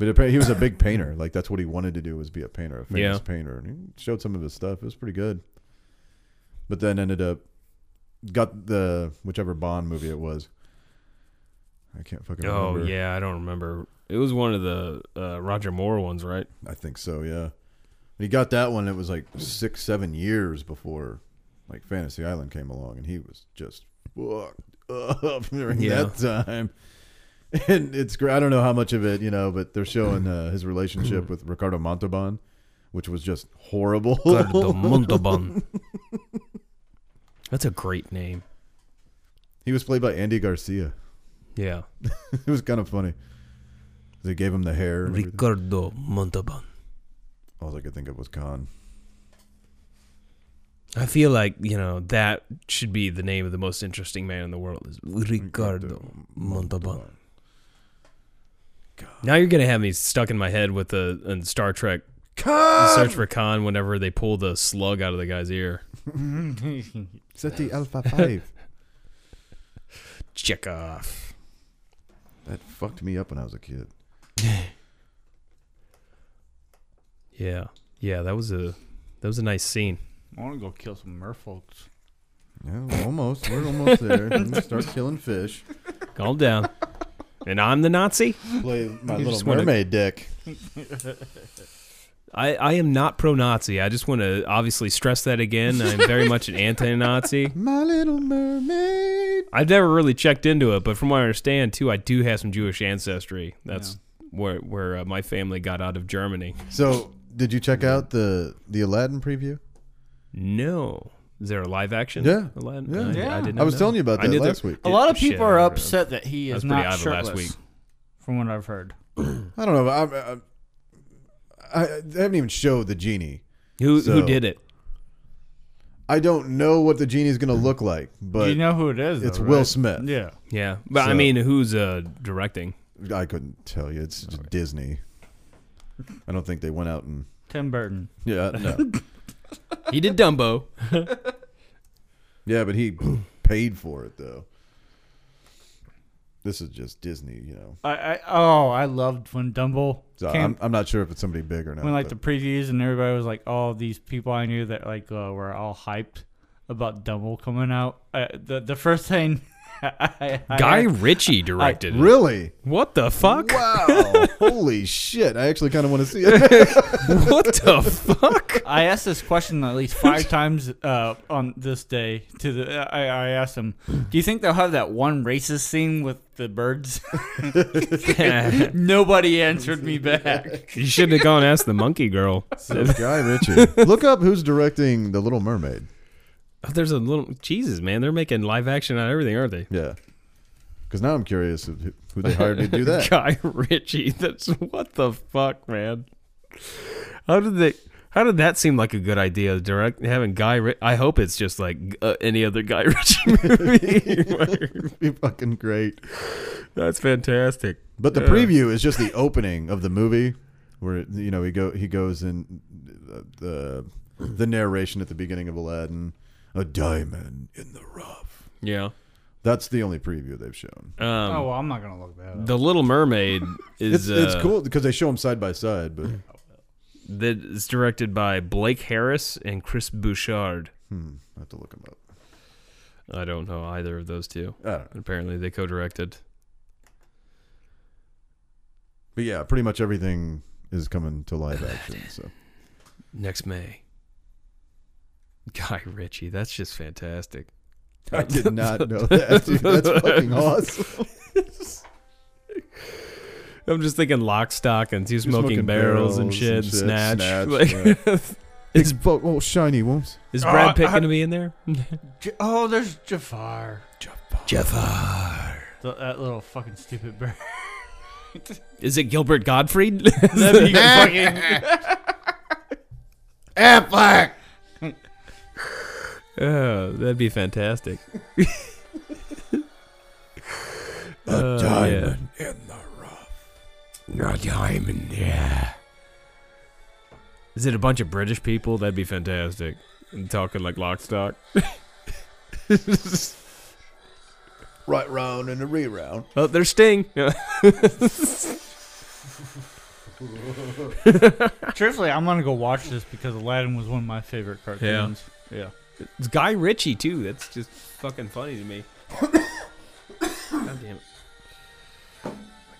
Speaker 5: But apparently he was a big painter. Like that's what he wanted to do was be a painter, a
Speaker 4: Yeah.
Speaker 5: famous painter. And he showed some of his stuff. It was pretty good. But then ended up got the whichever Bond movie it was. I can't fucking
Speaker 4: Oh
Speaker 5: remember.
Speaker 4: yeah, I don't remember. It was one of the uh, Roger Moore ones, right?
Speaker 5: I think so, yeah. But he got that one. It was like six, seven years before like Fantasy Island came along, and he was just fucked up during
Speaker 4: Yeah.
Speaker 5: that time. And it's great. I don't know how much of it, you know, but they're showing uh, his relationship with Ricardo Montalban, which was just horrible.
Speaker 4: Ricardo Montalban. That's a great name.
Speaker 5: he was played by Andy Garcia.
Speaker 4: Yeah,
Speaker 5: It was kind of funny. They gave him the hair. and everything.
Speaker 4: Ricardo Montalban.
Speaker 5: All I could think of was Khan.
Speaker 4: I feel like you know that should be the name of the most interesting man in the world is Ricardo Montalban. Now you're gonna have me stuck in my head with the in Star Trek search for Khan whenever they pull the slug out of the guy's ear.
Speaker 5: Set the Alpha 5.
Speaker 4: Check off.
Speaker 5: that fucked me up when I was a kid.
Speaker 4: Yeah, yeah, that was a that was a nice scene.
Speaker 6: I want to go kill some merfolks.
Speaker 5: Yeah, almost. We're almost there. I'm gonna start killing fish.
Speaker 4: Calm down. and I'm the Nazi.
Speaker 5: Play my
Speaker 4: You
Speaker 5: little
Speaker 4: just wanna-
Speaker 5: mermaid deck.
Speaker 4: I, I am not pro-Nazi. I just want to obviously stress that again. I'm very much an anti-Nazi.
Speaker 5: My little mermaid.
Speaker 4: I've never really checked into it, but from what I understand, too, I do have some Jewish ancestry. That's where where uh, my family got out of Germany.
Speaker 5: So, did you check out the the Aladdin preview?
Speaker 4: No, is there a live action?
Speaker 5: Yeah.
Speaker 4: Aladdin?
Speaker 5: Yeah.
Speaker 4: I- I,
Speaker 6: Yeah.
Speaker 4: didn't
Speaker 5: I was
Speaker 4: know.
Speaker 5: telling you about
Speaker 4: I
Speaker 5: that
Speaker 4: knew there-
Speaker 5: last week.
Speaker 6: A lot of
Speaker 4: Shit,
Speaker 6: people are
Speaker 4: I-
Speaker 6: upset that he
Speaker 4: I
Speaker 6: is
Speaker 4: was pretty
Speaker 6: not
Speaker 4: out of it
Speaker 6: shirtless.
Speaker 4: last week.
Speaker 6: From what I've heard,
Speaker 5: I don't know. I, I, I, I haven't even showed the genie.
Speaker 4: Who
Speaker 5: So-
Speaker 4: who did it?
Speaker 5: I don't know what the genie's gonna look like, but
Speaker 6: you know who it is.
Speaker 5: it's
Speaker 6: though,
Speaker 5: Will
Speaker 6: right?
Speaker 5: Smith.
Speaker 6: Yeah,
Speaker 4: Yeah, but I
Speaker 5: So-
Speaker 4: mean, who's uh, directing?
Speaker 5: I couldn't tell you. It's just Disney. I don't think they went out and
Speaker 6: Tim Burton.
Speaker 5: yeah no
Speaker 4: He did Dumbo.
Speaker 5: yeah, but he paid for it though. This is just Disney, you know.
Speaker 6: I, I oh, I loved when Dumble
Speaker 5: So
Speaker 6: came
Speaker 5: I'm, I'm not sure if it's somebody big or not.
Speaker 6: when like the
Speaker 5: but-
Speaker 6: previews and everybody was like, "Oh, these people I knew that like uh, were all hyped about Dumble coming out." Uh, the the first thing I, I,
Speaker 4: Guy Ritchie directed. it.
Speaker 5: Really?
Speaker 4: What the fuck?
Speaker 5: Wow. Holy shit. I actually kind of want to see it.
Speaker 4: What the fuck?
Speaker 6: I asked this question at least five times uh, on this day. To the I, I asked him, "Do you think they'll have that one racist scene with the birds?" Nobody answered me back.
Speaker 4: you shouldn't have gone ask the monkey girl.
Speaker 5: Guy Ritchie. Look up who's directing The Little Mermaid.
Speaker 4: Oh, there's a little Jesus, man. They're making live action out of everything, aren't they?
Speaker 5: Yeah. Because now I'm curious of who- who they hired to do that.
Speaker 4: Guy Ritchie. That's what the fuck, man. How did they? How did that seem like a good idea? Direct having Guy. Ri- I hope it's just like uh, any other Guy Ritchie movie.
Speaker 5: Be fucking great.
Speaker 4: That's fantastic.
Speaker 5: But the
Speaker 4: Yeah.
Speaker 5: preview is just the opening of the movie, where you know he go he goes in uh, the the narration at the beginning of Aladdin, a diamond in the rough.
Speaker 4: Yeah.
Speaker 5: That's the only preview they've shown.
Speaker 4: Um,
Speaker 6: Oh, well, I'm not gonna look that up.
Speaker 4: The Little Mermaid
Speaker 5: It's
Speaker 4: is
Speaker 5: it's
Speaker 4: uh,
Speaker 5: cool because they show them side by side, but
Speaker 4: That is directed by Blake Harris and Chris Bouchard.
Speaker 5: hmm, I have to look them up.
Speaker 4: I don't know either of those two.
Speaker 5: I don't know.
Speaker 4: Apparently, they co-directed.
Speaker 5: But yeah, pretty much everything is coming to live action. So
Speaker 4: next May. Guy Ritchie, that's just fantastic.
Speaker 5: I did not know that. Dude. That's fucking awesome.
Speaker 4: I'm just thinking lock, stock, and two smoking,
Speaker 5: smoking
Speaker 4: barrels, and
Speaker 5: barrels
Speaker 4: shit,
Speaker 5: and
Speaker 4: and snatch.
Speaker 5: shit, snatch, Oh,
Speaker 4: Like,
Speaker 5: It's bo- oh shiny ones.
Speaker 4: is Brad Pitt
Speaker 6: I-
Speaker 4: gonna be in there?
Speaker 6: J- oh, there's Jafar.
Speaker 4: Jafar.
Speaker 6: Th- that little fucking stupid bird.
Speaker 4: Is it Gilbert Gottfried?
Speaker 6: That'd be fucking.
Speaker 5: Affleck.
Speaker 4: oh, that'd be fantastic.
Speaker 5: A
Speaker 4: Uh,
Speaker 5: diamond in the rough.
Speaker 4: A diamond, yeah. Is it a bunch of British people? That'd be fantastic. And talking like lock, stock.
Speaker 5: Right round and a reround.
Speaker 4: Oh, there's Sting.
Speaker 6: Truthfully, I'm gonna go watch this because Aladdin was one of my favorite cartoons. Yeah.
Speaker 4: It's Guy Ritchie too. That's just fucking funny to me. God damn it. I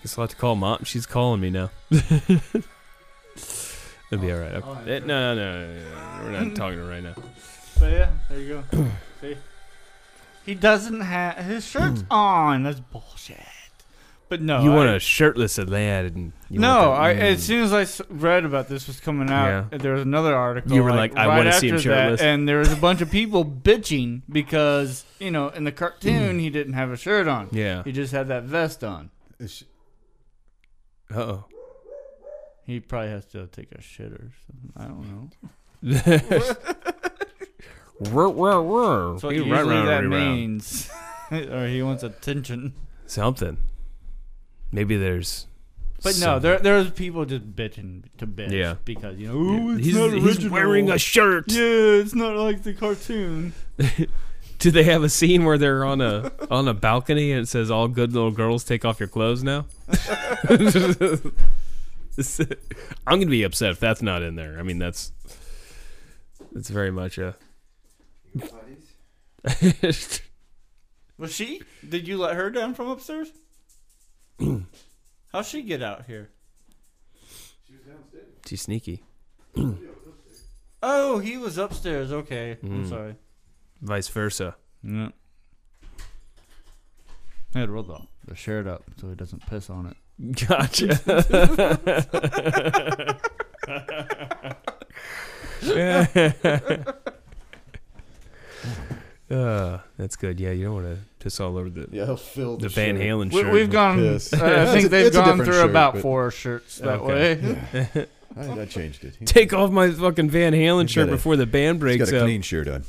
Speaker 4: guess I'll have to call mom. She's calling me now. It'll be all right.
Speaker 6: Oh,
Speaker 3: I'll
Speaker 4: Eh, no, no, no, no, no, we're not talking to her right now.
Speaker 6: But yeah, there you go. See, he doesn't have his shirt's on. That's bullshit. But no,
Speaker 4: Hmm. you
Speaker 6: I-
Speaker 4: want a shirtless Aladdin? You
Speaker 6: No,
Speaker 4: want that-
Speaker 6: I,
Speaker 4: mm.
Speaker 6: as soon as I s- read about this was coming out, there was another article.
Speaker 4: You were like, I
Speaker 6: right
Speaker 4: wanna see him
Speaker 6: after that,
Speaker 4: shirtless.
Speaker 6: and there was a bunch of people bitching because you know in the cartoon he didn't have a shirt on.
Speaker 4: Mm. yeah.
Speaker 6: He just had that vest on.
Speaker 4: Oh,
Speaker 6: He probably has to take a shit or something. I don't know. So usually that means, or he wants attention.
Speaker 4: something. Maybe there's.
Speaker 6: But no,
Speaker 4: something.
Speaker 6: there there's people just bitching to bitch
Speaker 4: Yeah.
Speaker 6: because you know "Ooh, it's
Speaker 4: he's,
Speaker 6: not
Speaker 4: he's
Speaker 6: original.
Speaker 4: wearing a shirt.
Speaker 6: yeah, it's not like the cartoon.
Speaker 4: Do they have a scene where they're on a on a balcony and it says all good little girls take off your clothes now? I'm gonna be upset if that's not in there. I mean that's that's very much uh, a
Speaker 6: Was she? Did you let her down from upstairs? How'd she get out here?
Speaker 4: too sneaky.
Speaker 6: Oh, he was upstairs. Okay, I'm sorry.
Speaker 4: Vice versa.
Speaker 6: No. I had to roll the, the shirt up so he doesn't piss on it.
Speaker 4: Gotcha. uh, that's good. Yeah, you don't want to piss all over the
Speaker 5: Yeah, he'll fill
Speaker 4: the Van Halen
Speaker 6: We,
Speaker 4: shirt.
Speaker 6: we've gone.
Speaker 5: Piss.
Speaker 6: I
Speaker 5: It's
Speaker 6: think
Speaker 5: a-
Speaker 6: they've
Speaker 5: it's a
Speaker 6: gone
Speaker 5: different
Speaker 6: through
Speaker 5: shirt,
Speaker 6: about
Speaker 5: but-
Speaker 6: four shirts that
Speaker 4: Okay.
Speaker 6: way.
Speaker 5: I, I changed it. He-
Speaker 4: Take off my fucking Van Halen
Speaker 5: He's
Speaker 4: shirt
Speaker 5: got a-
Speaker 4: before the band
Speaker 5: He's
Speaker 4: breaks uh,
Speaker 5: got a
Speaker 4: up.
Speaker 5: clean shirt on.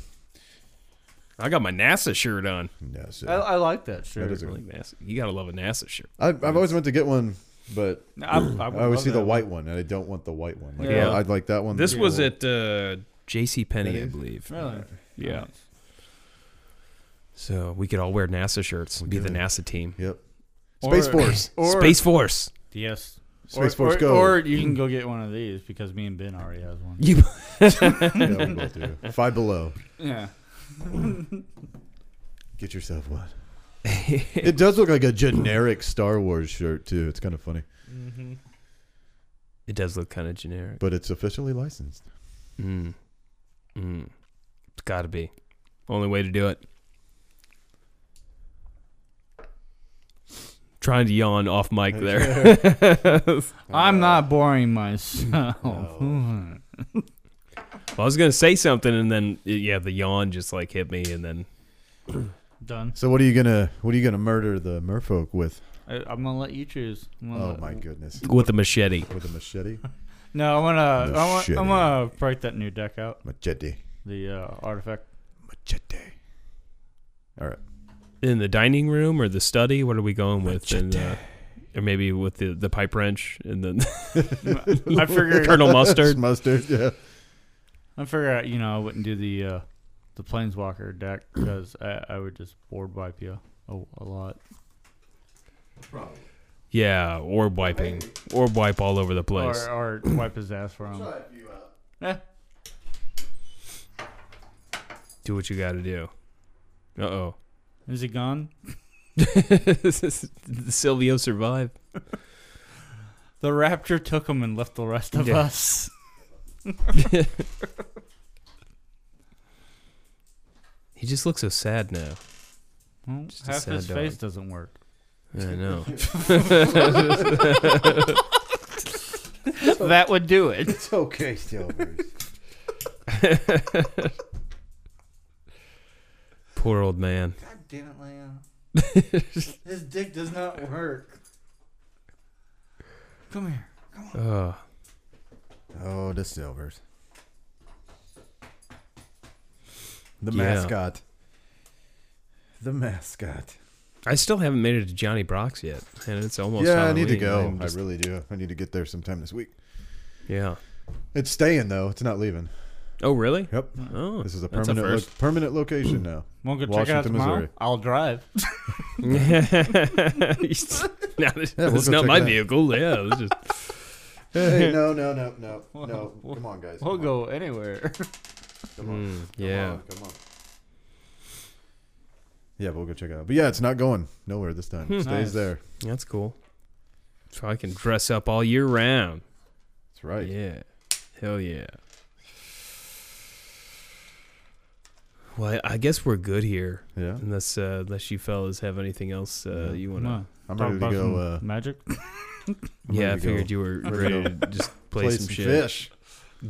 Speaker 4: I got my NASA shirt on.
Speaker 5: No, so-
Speaker 6: I, I like that
Speaker 5: That
Speaker 6: shirt.
Speaker 5: is a-
Speaker 4: Really, NASA. You gotta love a NASA shirt.
Speaker 5: I, I've always wanted to get one, but
Speaker 6: I, I, would
Speaker 5: I always
Speaker 6: love
Speaker 5: see the
Speaker 6: that.
Speaker 5: white one, and I don't want the white one. Like,
Speaker 6: Yeah.
Speaker 5: oh, I'd like that one.
Speaker 4: This was
Speaker 5: Cool.
Speaker 4: at uh, J.C. Penney, I
Speaker 5: Really?
Speaker 4: believe.
Speaker 6: Really?
Speaker 4: Yeah.
Speaker 6: Nice.
Speaker 4: So we could all wear NASA shirts and be the
Speaker 5: could.
Speaker 4: NASA team.
Speaker 5: Yep.
Speaker 6: Or-
Speaker 5: Space Force.
Speaker 6: Or,
Speaker 4: Space Force.
Speaker 6: Yes.
Speaker 5: Space
Speaker 6: or,
Speaker 5: Force
Speaker 6: or,
Speaker 5: go.
Speaker 6: Or you can go get one of these because me and Ben already has one.
Speaker 4: You
Speaker 5: Yeah, we both do. Five below.
Speaker 6: Yeah.
Speaker 5: Get yourself one. It does look like a generic Star Wars shirt too. It's kind of funny,
Speaker 6: Mm-hmm.
Speaker 4: It does look kind of generic.
Speaker 5: but it's officially licensed.
Speaker 4: Mm. Mm. It's got to be. Only way to do it. Trying to yawn off mic there.
Speaker 6: I'm not boring myself.
Speaker 4: I was going to say something and then yeah, the yawn just like hit me and then
Speaker 6: Done.
Speaker 5: So what are you gonna what are you gonna murder the merfolk with?
Speaker 6: I, I'm gonna let you choose. I'm gonna
Speaker 5: Oh
Speaker 6: let-
Speaker 5: my goodness,
Speaker 4: with a machete.
Speaker 5: with a machete,
Speaker 6: No, I'm gonna.
Speaker 5: No
Speaker 6: I want,
Speaker 5: shit, eh?
Speaker 6: I'm gonna break that new deck out.
Speaker 5: machete,
Speaker 6: The uh, artifact.
Speaker 5: machete. All right,
Speaker 4: In the dining room or the study, what are we going with? And, uh, or maybe with the, the pipe wrench and then
Speaker 6: I figured.
Speaker 4: Colonel
Speaker 5: It's
Speaker 4: Mustard.
Speaker 5: mustard. Yeah,
Speaker 6: I figured. out, You know, I wouldn't do the uh, the planeswalker deck because I, I would just board wipe you a, a lot.
Speaker 4: Yeah, orb wiping. Orb wipe all over the place.
Speaker 6: Or, uh, or wipe his ass for him. Eh,
Speaker 4: Do what you got to do. Uh oh.
Speaker 6: is he gone?
Speaker 4: Silvio survive.
Speaker 6: The raptor took him and left the rest of
Speaker 4: Yeah.
Speaker 6: us.
Speaker 4: He just looks so sad now.
Speaker 6: Well,
Speaker 4: Just a
Speaker 6: half
Speaker 4: sad
Speaker 6: his face
Speaker 4: dog.
Speaker 6: doesn't work.
Speaker 4: I know.
Speaker 6: that would do it.
Speaker 5: it's okay still.
Speaker 4: Poor old man.
Speaker 3: God damn it, Leon. His dick does not work.
Speaker 6: Come here.
Speaker 4: Oh,
Speaker 5: oh, the silvers. The
Speaker 4: Yeah.
Speaker 5: mascot. The mascot.
Speaker 4: I still haven't made it to Johnny Brock's yet, and it's almost.
Speaker 5: yeah, I need
Speaker 4: Halloween.
Speaker 5: to go.
Speaker 4: I'm just-
Speaker 5: I really do. I need to get there sometime this week.
Speaker 4: yeah.
Speaker 5: It's staying though. It's not leaving.
Speaker 4: Oh, really?
Speaker 5: Yep.
Speaker 4: Oh,
Speaker 5: This is a
Speaker 4: that's
Speaker 5: permanent lo-
Speaker 4: first.
Speaker 5: permanent location now.
Speaker 6: Won't go check it out
Speaker 5: Washington,
Speaker 6: tomorrow.
Speaker 5: Missouri.
Speaker 6: I'll drive.
Speaker 4: now, this,
Speaker 5: we'll
Speaker 4: this is
Speaker 5: go
Speaker 4: not
Speaker 5: check
Speaker 4: my
Speaker 5: it out.
Speaker 4: vehicle. Yeah, this is
Speaker 5: Hey, no, no, no, no,
Speaker 6: We'll-
Speaker 5: no.
Speaker 6: we'll-
Speaker 5: Come on, guys.
Speaker 6: We'll
Speaker 5: Come on.
Speaker 6: go anywhere.
Speaker 5: Come on.
Speaker 4: Mm,
Speaker 5: Come
Speaker 4: yeah.
Speaker 5: on, Come on. Yeah, but we'll go check it out. But yeah, it's not going nowhere this time.
Speaker 4: Hmm.
Speaker 5: It Stays
Speaker 6: Nice.
Speaker 5: there.
Speaker 4: that's cool. So I can dress up all year round.
Speaker 5: That's right.
Speaker 4: Yeah. Hell yeah. Well, I I guess we're good here.
Speaker 5: Yeah.
Speaker 4: Unless uh, unless you fellas have anything else uh,
Speaker 5: No.
Speaker 4: you want
Speaker 6: Come
Speaker 4: to.
Speaker 6: on.
Speaker 5: I'm
Speaker 6: Talk
Speaker 5: ready to
Speaker 6: about
Speaker 5: go.
Speaker 6: some
Speaker 5: Uh,
Speaker 6: magic.
Speaker 5: I'm
Speaker 4: Yeah, I
Speaker 5: ready to
Speaker 4: figured
Speaker 5: go
Speaker 4: you were
Speaker 5: I'm
Speaker 4: ready
Speaker 5: ready to
Speaker 4: to just play, some, shit.
Speaker 5: fish.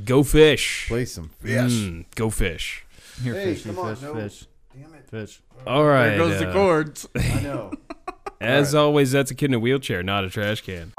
Speaker 4: Go fish.
Speaker 5: Play some fish.
Speaker 4: Mm, go fish.
Speaker 6: Here,
Speaker 5: Hey,
Speaker 6: fish,
Speaker 5: come on,
Speaker 6: fish,
Speaker 5: no.
Speaker 6: fish,
Speaker 5: Damn it.
Speaker 6: fish.
Speaker 4: All right.
Speaker 6: There goes the
Speaker 4: uh,
Speaker 6: cords.
Speaker 5: I know.
Speaker 4: As always, that's a kid in a wheelchair, not a trash can.